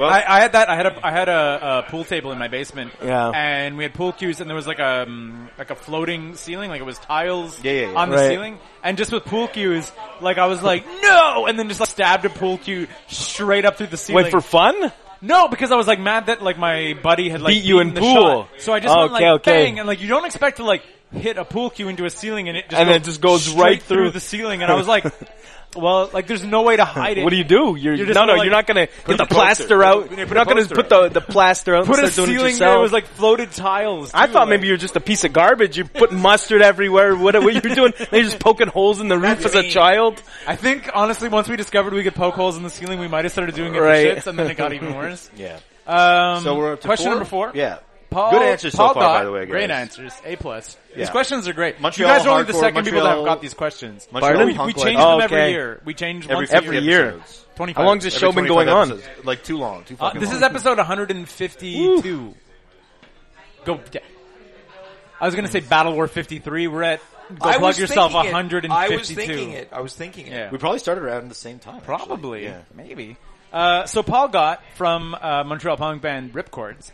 S4: I, I had that. I had a I had a, a pool table in my basement.
S6: Yeah.
S4: And we had pool cues, and there was like a um, like a floating ceiling, like it was tiles
S5: Yeah, yeah, yeah.
S4: on the
S6: Right.
S4: ceiling. And just with pool cues, like I was like no, and then just like stabbed a pool cue straight up through the ceiling.
S6: Wait for fun.
S4: No, because I was like mad that like my buddy had like
S6: Beat you in
S4: beaten the
S6: pool. Oh,
S4: shot. So I just went
S6: Okay,
S4: like
S6: okay.
S4: bang, and like you don't expect to like hit a pool cue into a ceiling and it just
S6: And
S4: goes
S6: it just goes
S4: straight
S6: right
S4: through
S6: through.
S4: the ceiling. And I was
S6: <laughs>
S4: like, well, like there's no way to hide it.
S6: What do you do? You're,
S4: You're just
S6: no, no.
S4: gonna, like,
S6: you're not gonna get the
S5: a poster. Put
S6: plaster
S5: a-
S6: out.
S5: put a
S6: You're not gonna
S5: poster
S6: put the the plaster out.
S4: put
S6: and
S4: a
S6: start doing it
S4: ceiling
S6: yourself.
S4: that was like floated tiles?
S6: I
S4: too,
S6: thought
S4: like-
S6: maybe you were just a piece of garbage. You're putting mustard everywhere. What, what you're doing? They're just poking holes in the roof as a
S7: mean.
S6: child.
S4: I think honestly, once we discovered we could poke holes in the ceiling, we might have started doing it
S6: Right. <laughs>
S4: for shits, and then it got even worse.
S5: yeah.
S4: Um,
S5: So we're up to
S4: question
S5: four?
S4: number four.
S5: Yeah.
S4: Paul.
S5: Good answers so
S4: Paul
S5: far,
S4: Doc,
S5: by the way,
S4: Great
S5: guys.
S4: answers. A plus.
S5: Yeah.
S4: These questions are great.
S5: Montreal
S4: you guys are only the
S5: hardcore,
S4: second people that have
S5: Montreal-
S4: got these questions.
S5: Montreal
S4: we,
S5: punk
S4: we change
S5: like-
S4: them
S6: Okay.
S4: every year. We change
S5: Every
S4: once a
S5: 50
S4: year.
S6: year.
S5: episodes.
S4: Twenty-five.
S6: How long's this
S5: Every
S6: show been
S5: 25
S6: going on?
S5: episodes. Like too long. Too
S4: Uh,
S5: fucking
S4: this
S5: long.
S4: is episode 152. Go. Get. I was gonna say Battle War 53. We're at. Go
S7: I
S4: plug
S7: was
S4: yourself
S7: thinking it.
S4: 152.
S7: I was thinking it. I was thinking it.
S4: Yeah.
S5: We probably started around the same time. actually.
S4: Probably.
S5: Yeah.
S4: Maybe. Uh, so Paul Gott from uh, Montreal punk band Ripcords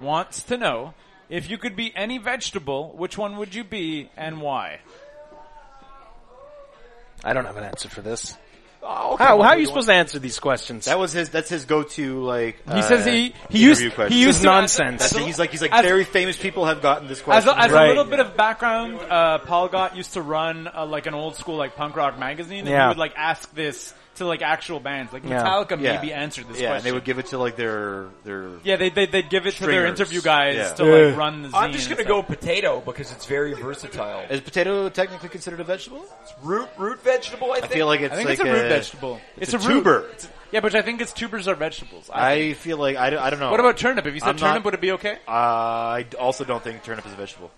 S4: wants to know if you could be any vegetable, which one would you be and why?
S6: I don't have an answer for this.
S7: Oh, okay.
S6: How, how are you supposed to answer these questions?
S5: That was his. That's his go-to. Like
S4: He says he he used
S5: interview question.
S4: he
S6: This
S4: used
S6: is
S4: to
S6: nonsense.
S5: That's, he's like he's like
S4: As-
S5: very famous people have gotten this
S4: As,
S5: question.
S4: a, as
S6: Right.
S4: a little bit of background, uh, Paul Gott used to run uh, like an old school like punk rock magazine, and
S6: Yeah.
S4: he would like ask this to like actual bands, like
S6: Yeah.
S4: Metallica
S5: Yeah.
S4: maybe answered this
S5: yeah,
S4: question.
S5: and they would give it to like their their.
S4: yeah, they, they they'd give it to their
S5: Stringers.
S4: interview guys
S5: Yeah.
S4: to like run the. Zine
S7: I'm just
S4: and
S7: gonna
S4: stuff.
S7: go potato because it's very versatile.
S5: Is potato technically considered a vegetable?
S7: It's root root vegetable. I
S5: I
S7: think.
S5: feel like it's
S4: I think
S5: like
S4: it's a root vegetable.
S5: It's,
S4: a
S5: a,
S4: root.
S5: tuber.
S4: Yeah, but I think it's tubers are vegetables. I,
S5: I feel like I, don't- I don't know.
S4: what about turnip? If you said
S5: I'm not-
S4: turnip, would it be okay?
S5: Uh, I d- also don't think turnip is a vegetable.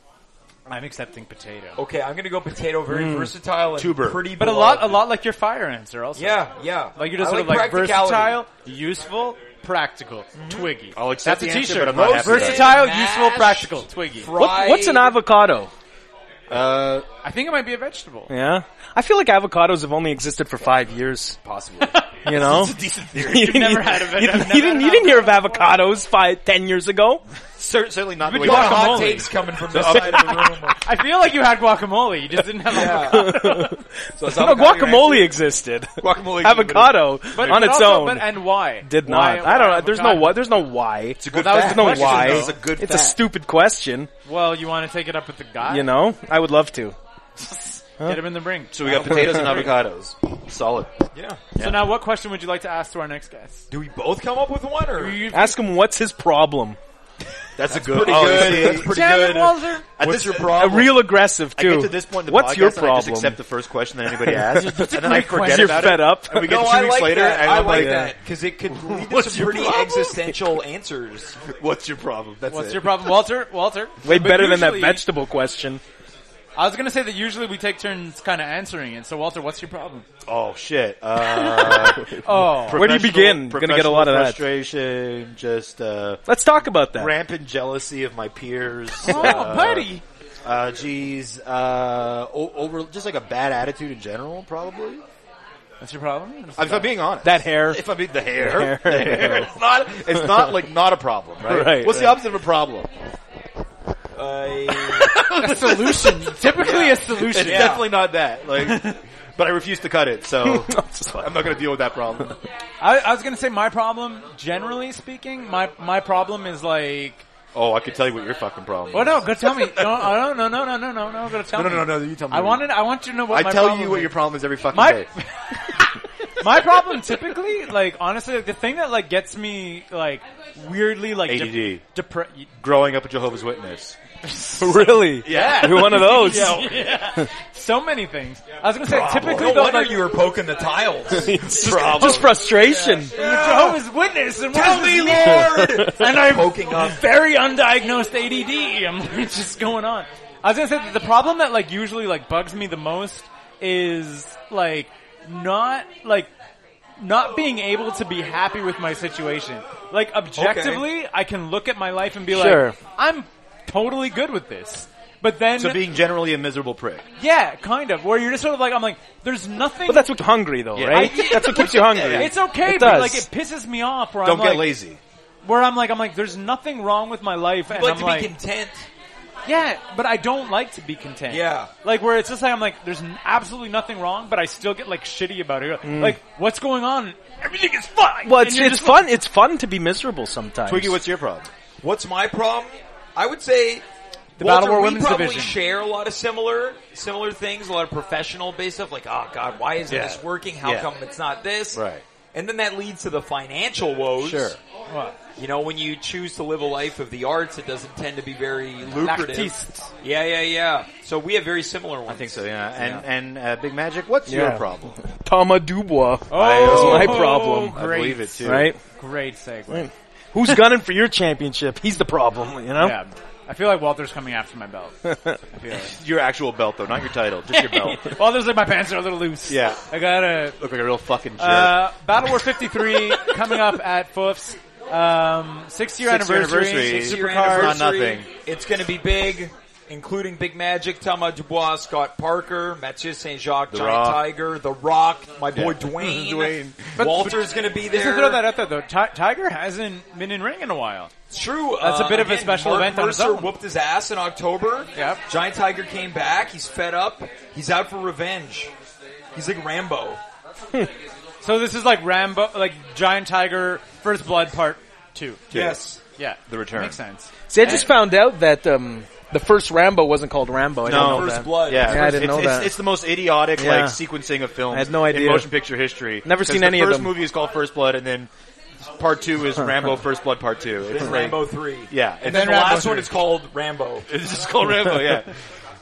S4: I'm accepting potato.
S7: Okay, I'm gonna go potato. Very versatile and
S5: Tuber.
S7: pretty.
S4: Mm. But a lot, a lot like your fire answer also.
S7: Yeah, yeah.
S4: Like you're just
S7: I
S4: sort of like
S7: practicality.
S4: versatile, useful, practical, twiggy.
S5: I'll accept
S4: That's
S5: the
S4: a
S5: answer,
S4: t-shirt.
S5: but I'm not happy
S7: with it.
S4: versatile,
S7: Mashed.
S4: useful, practical, twiggy.
S6: What, what's an
S7: Fried-
S6: avocado?
S5: Uh,
S4: I think it might be a vegetable.
S6: Yeah, I feel like avocados have only existed for five
S5: <laughs>
S6: years.
S4: <laughs>
S5: possibly.
S6: You know,
S5: Decent <laughs> theory.
S6: you
S4: never had a-
S6: you,
S4: I've never
S6: you didn't,
S4: had
S6: you didn't hear of avocados five, ten
S5: <laughs>
S6: years ago. <laughs>
S5: Cer- certainly not. the way
S7: A lot of
S5: you-
S4: guacamole.
S7: hot
S5: <laughs>
S7: takes coming
S4: <laughs>
S7: from this side of the room.
S4: I feel like you had guguacamole. You just didn't have. Yeah.
S7: So it's
S6: No,
S7: avocado
S6: guacamole
S5: <laughs>
S7: ranch.
S6: existed.
S7: Guacamole.
S6: avocado on its
S4: also,
S6: own
S4: But, and why?
S6: did
S4: Why-
S6: not. I don't
S4: why
S6: know. There's no
S4: avocado?
S6: what. There's no why. It's a
S5: good
S6: There's
S5: fact.
S6: no
S5: Question,
S6: why.
S5: though. It's a good
S6: It's a
S5: fact.
S6: stupid question.
S4: Well, you want to take it up with the guy.
S6: You know, I would love to.
S4: Get him in the ring.
S5: So we
S7: <laughs>
S5: got potatoes and avocados. Solid.
S7: Yeah.
S4: So now, what question would you like to ask to our next guest?
S7: Do we both come up with one, or
S4: You-
S6: Ask him what's his problem.
S5: That's, a good.
S7: pretty
S5: oh,
S7: good.
S5: see,
S7: That's pretty
S4: Damn it,
S7: good.
S4: Walter.
S5: At
S7: What's
S5: this-
S7: your
S6: A
S7: problem?
S6: real aggressive
S5: I
S6: too.
S5: get to this point in the
S6: what's
S5: podcast
S6: your
S5: and I just
S6: problem?
S5: accept the first question that anybody asks, and then I forget
S6: You're
S5: about
S6: fed
S5: it.
S6: up.
S5: And we get
S7: no,
S5: two
S7: I
S5: weeks
S7: like
S5: later,
S7: that.
S5: and
S7: I
S5: I'm
S7: like
S5: like,
S7: that because
S4: <laughs>
S7: it could lead to
S5: What's
S7: some
S5: your
S7: pretty
S5: problem?
S7: existential answers.
S5: "What's your problem?" That's
S4: What's
S5: it.
S4: your problem, Walter? Walter.
S6: <laughs> Way
S4: But
S6: better than that
S4: usually-
S6: vegetable question.
S4: I was gonna say that usually we take turns kind of answering it. So Walter, what's your problem?
S5: <laughs> Oh shit! Uh,
S4: Oh,
S6: Where do you begin? You're
S5: Professional
S6: gonna get a lot of that.
S5: frustration, just uh,
S6: Let's talk about that.
S5: rampant jealousy of my peers.
S4: oh,
S5: uh,
S4: buddy.
S5: Uh, geez, uh, o- over just like a bad attitude in general, probably.
S4: That's your problem.
S5: If I'm being honest,
S4: <laughs>
S6: That hair. <laughs>
S5: If I mean the hair,
S6: The hair.
S5: <laughs> The hair. it's not. It's not like not a problem, right?
S6: Right,
S5: What's the
S6: right.
S5: opposite of a problem?
S7: Uh,
S4: a solution. <laughs> Typically, a solution.
S5: It's definitely not that. <laughs> Like, but I refuse to cut it, so <laughs>
S6: Just
S5: I'm
S6: like-
S5: not going to deal with that problem.
S4: I, I was gonna say my problem. Generally speaking, my my problem is like.
S5: Oh, I could tell you what your fucking problem. is.
S4: Oh no, go
S5: <laughs>
S4: tell me. No, oh, no, no, no, no, no, no, no. Go tell
S5: No,
S4: me.
S5: no, no, no, you tell me.
S4: I wanted. I want you to know what
S5: I
S4: my
S5: tell
S4: problem
S5: you what
S4: is.
S5: your problem is every fucking
S4: My
S5: day.
S4: <laughs> my problem typically, like honestly, like, the thing that like gets me like weirdly like
S5: ADD.
S4: De-
S5: <laughs>
S4: depre-
S5: Growing up a Jehovah's Witness.
S6: really?
S5: Yeah.
S6: You're one of those.
S4: yeah. <laughs> So many things. I was gonna say typically
S7: no
S4: though,
S7: wonder
S4: like
S7: you were poking
S4: <laughs>
S7: the tiles.
S6: It's just, just frustration.
S4: Jehovah's Witness and what is this name? <laughs>
S7: Lord,
S4: and I'm
S7: poking up.
S4: very undiagnosed ADD. I'm <laughs> like, it's just going on. I was gonna say that the problem that like usually like bugs me the most is like not like not being able to be happy with my situation. Like objectively, I can look at my life and be
S6: Sure.
S4: like, I'm totally good with this. But then,
S5: So being generally a miserable prick.
S4: yeah, kind of, where you're just sort of like, I'm like, there's nothing.
S6: But that's what hungry though, right?
S4: I-
S6: that's what
S4: <laughs>
S6: keeps you hungry.
S4: it's okay,
S6: It
S4: but
S6: does.
S4: like it pisses me off. Where I'm
S5: Don't get
S4: like,
S5: lazy.
S4: Where I'm like, I'm like, there's nothing wrong with my life, and
S7: I'd like
S4: I'm
S7: to
S4: like,
S7: be content.
S4: Yeah, but I don't like to be content.
S7: Yeah.
S4: Like where it's just like I'm like, there's n- absolutely nothing wrong, but I still get like shitty about it. Like, what's going on? Everything is fine.
S6: well,
S4: And
S6: it's,
S4: you're
S6: it's
S4: just like-
S6: fun. It's fun to be miserable sometimes.
S5: Twiggy, what's your problem?
S7: What's my problem? I would say the
S4: Battle War
S7: we
S4: Women's
S7: probably
S4: Division.
S7: share a lot of similar similar things, a lot of professional based stuff like, oh god, why isn't
S5: Yeah.
S7: this working? How
S5: Yeah.
S7: come it's not this?
S5: Right.
S7: And then that leads to the financial woes.
S5: Sure.
S4: What?
S7: You know, when you choose to live a life of the arts, it doesn't tend to be very lucrative.
S4: Lactists.
S7: Yeah, yeah, yeah. So we have very similar ones.
S5: I think so. Yeah. And and uh, Big Magic, what's
S6: Yeah.
S5: your <laughs> problem?
S6: Tama Dubois?
S4: Oh,
S6: That's my problem.
S5: I
S4: Great,
S5: believe it too.
S6: Right?
S4: Great segue.
S6: Who's gunning for your championship? He's the problem, you know?
S4: Yeah. I feel like Walter's coming after my belt. I feel
S5: Your actual belt, though, not your title, <laughs> just your belt.
S4: like. <laughs> Walter's like, my pants are a little loose.
S5: Yeah.
S4: I gotta,
S5: Look like a real fucking jerk.
S4: Uh, Battle War 53 coming up at Foof's. Um, six year
S5: Six-year
S4: anniversary.
S5: anniversary.
S4: Six
S5: Six-year
S4: year
S5: Supercard. anniversary.
S4: anniversary.
S5: Not nothing.
S7: It's going to be big, including Big Magic, Tama Dubois, Scott Parker, Mathieu St. Jacques,
S5: The
S7: Giant
S5: Rock.
S7: Tiger, The Rock, my boy
S5: Yeah.
S7: Dwayne.
S4: Dwayne. But-
S7: Walter's going to be
S4: Just
S7: there.
S4: to throw that out there though, Ti- Tiger hasn't been in ring in a while.
S7: It's true. uh,
S4: That's a bit of a
S7: again,
S4: special
S7: Mark
S4: event on its
S7: Mercer
S4: own.
S7: whooped his ass in October.
S4: Yep.
S7: Giant Tiger came back. He's fed up. He's out for revenge. He's like Rambo.
S4: So this is like Rambo, like Giant Tiger First Blood Part 2.
S7: Yes.
S4: Yeah.
S5: The return.
S4: Makes sense.
S6: See, I just found out that um, the first Rambo wasn't called Rambo. I didn't
S5: No.
S6: know
S7: First
S6: that.
S7: blood.
S5: Yeah,
S6: Yeah, I didn't
S5: it's,
S6: know
S5: it's,
S6: that.
S5: it's the most idiotic
S6: Yeah.
S5: like sequencing of films.
S6: I had no idea.
S5: in motion picture history.
S6: Never
S5: 'Cause
S6: seen
S5: the
S6: any of
S5: first
S6: them.
S5: First movie is called First Blood, and then part two
S6: <laughs>
S5: is Rambo: First Blood Part Two. It's
S7: Then
S5: like-
S7: Rambo 3.
S5: Yeah,
S7: And
S5: it's
S7: then
S5: Rambo
S7: the last one
S5: three.
S7: is called Rambo.
S5: <laughs> It's just called Rambo. Yeah,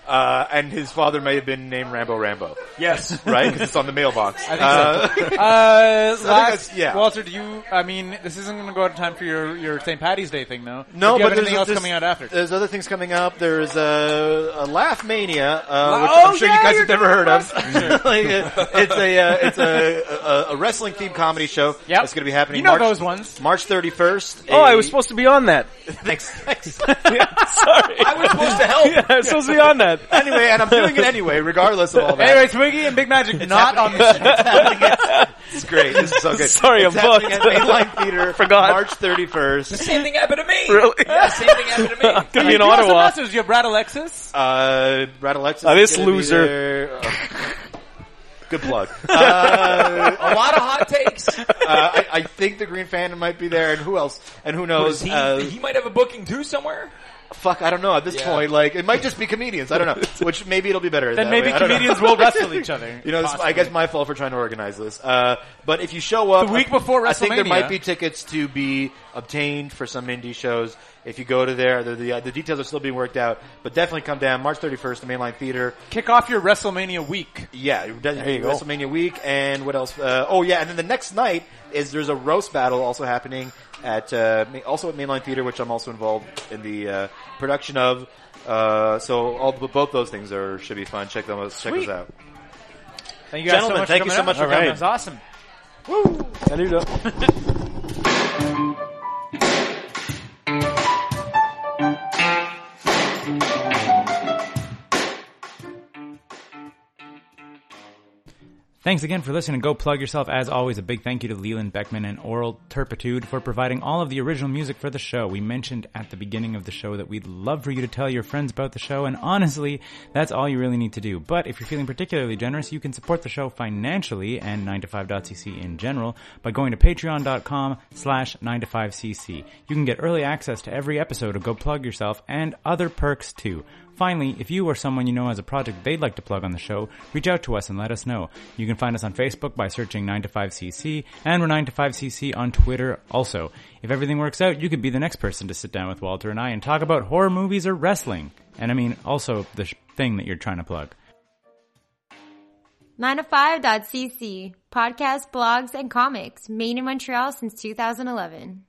S5: uh, and his father may have been named Rambo Rambo,
S7: Yes.
S5: right? Because it's on the
S6: <laughs>
S5: mailbox. <laughs>
S6: Uh,
S4: Uh, last,
S5: that's- yeah.
S4: Walter, do you, I mean, this isn't gonna go out of time for your, your St. Patty's Day thing though.
S5: No,
S4: Do you have
S5: but
S4: anything
S5: there's, uh,
S4: else
S5: there's-
S4: coming out after.
S5: There's other things coming up. There's a, a Laugh Mania, uh,
S7: La-
S5: which
S7: Oh,
S5: I'm sure
S7: yeah,
S5: you guys
S7: you're
S5: have never heard of. <laughs> Like, uh, it's a uh, it's a, a, a wrestling themed comedy show.
S4: Yep.
S5: that's going to be happening.
S4: You know
S5: March,
S4: those ones.
S5: March 31st.
S6: Oh,
S5: A-
S6: I was supposed to be on that.
S5: <laughs>
S6: <laughs>
S5: thanks. thanks.
S6: Sorry.
S7: I was supposed to help.
S6: I was supposed to be on that.
S5: anyway, and I'm doing it anyway, regardless of all that.
S4: Anyway, Twiggy and Big Magic not on the show.
S5: it's great. This is so good.
S6: Sorry,
S5: it's
S6: I'm
S5: happening
S6: booked.
S5: at Mainline Theater.
S6: Forgot.
S5: March 31st.
S7: Same thing happened to me.
S6: Really?
S7: Yeah, same thing happened to me.
S6: Gonna be in
S4: You have some
S6: Ottawa.
S4: wrestlers. You have Brad Alexis.
S5: Uh, Brad Alexis.
S6: Oh, this
S5: is gonna be
S6: loser.
S5: there. Oh. Good plug. Uh,
S7: A lot of hot takes.
S5: uh, I, I think the Green Phantom might be there, and who else? And who knows?
S7: He,
S5: uh,
S7: he might have a booking too somewhere.
S5: fuck, I don't know. At this
S7: Yeah.
S5: point, like it might just be comedians. I
S4: <laughs>
S5: don't know. Which maybe it'll be better.
S4: Then
S5: that
S4: maybe
S5: way. I don't know.
S4: comedians will wrestle each other.
S5: <laughs> You know, this, I
S4: Possibly.
S5: guess my fault for trying to organize this. Uh, but if you show up
S4: The week before
S5: I think there
S4: WrestleMania.
S5: might be tickets to be obtained for some indie shows. If you go to there, the, the, uh, the details are still being worked out. But definitely come down March 31st to Mainline Theater.
S4: kick off your WrestleMania week.
S5: Yeah, it does-
S6: you go.
S5: WrestleMania week, and what else? Uh, oh yeah, and then the next night is there's a roast battle also happening at uh, ma- also at Mainline Theater, which I'm also involved in the uh, production of. Uh, so all both those things are should be fun. Check them out. Check
S4: Sweet.
S5: those out.
S4: Thank you guys
S5: Gentlemen,
S4: so much
S5: thank
S4: for
S5: you
S4: coming
S5: so
S4: out.
S5: much for
S4: All right.
S5: coming.
S4: That was awesome.
S2: Thanks again for listening to Go Plug Yourself. As always, a big thank you to Leland Beckman and Oral Turpitude for providing all of the original music for the show. We mentioned at the beginning of the show that we'd love for you to tell your friends about the show, and honestly, that's all you really need to do. But if you're feeling particularly generous, you can support the show financially and 9to5.cc in general by going to patreon.com slash 9to5cc. You can get early access to every episode of Go Plug Yourself and other perks too. Finally, if you or someone you know has a project they'd like to plug on the show, reach out to us and let us know. You can find us on Facebook by searching 9to5cc, and we're 9to5cc on Twitter also. If everything works out, you could be the next person to sit down with Walter and I and talk about horror movies or wrestling. And I mean, also the sh- thing that you're trying to plug.
S1: 9to5.cc, podcasts, blogs, and comics, made in Montreal since 2011.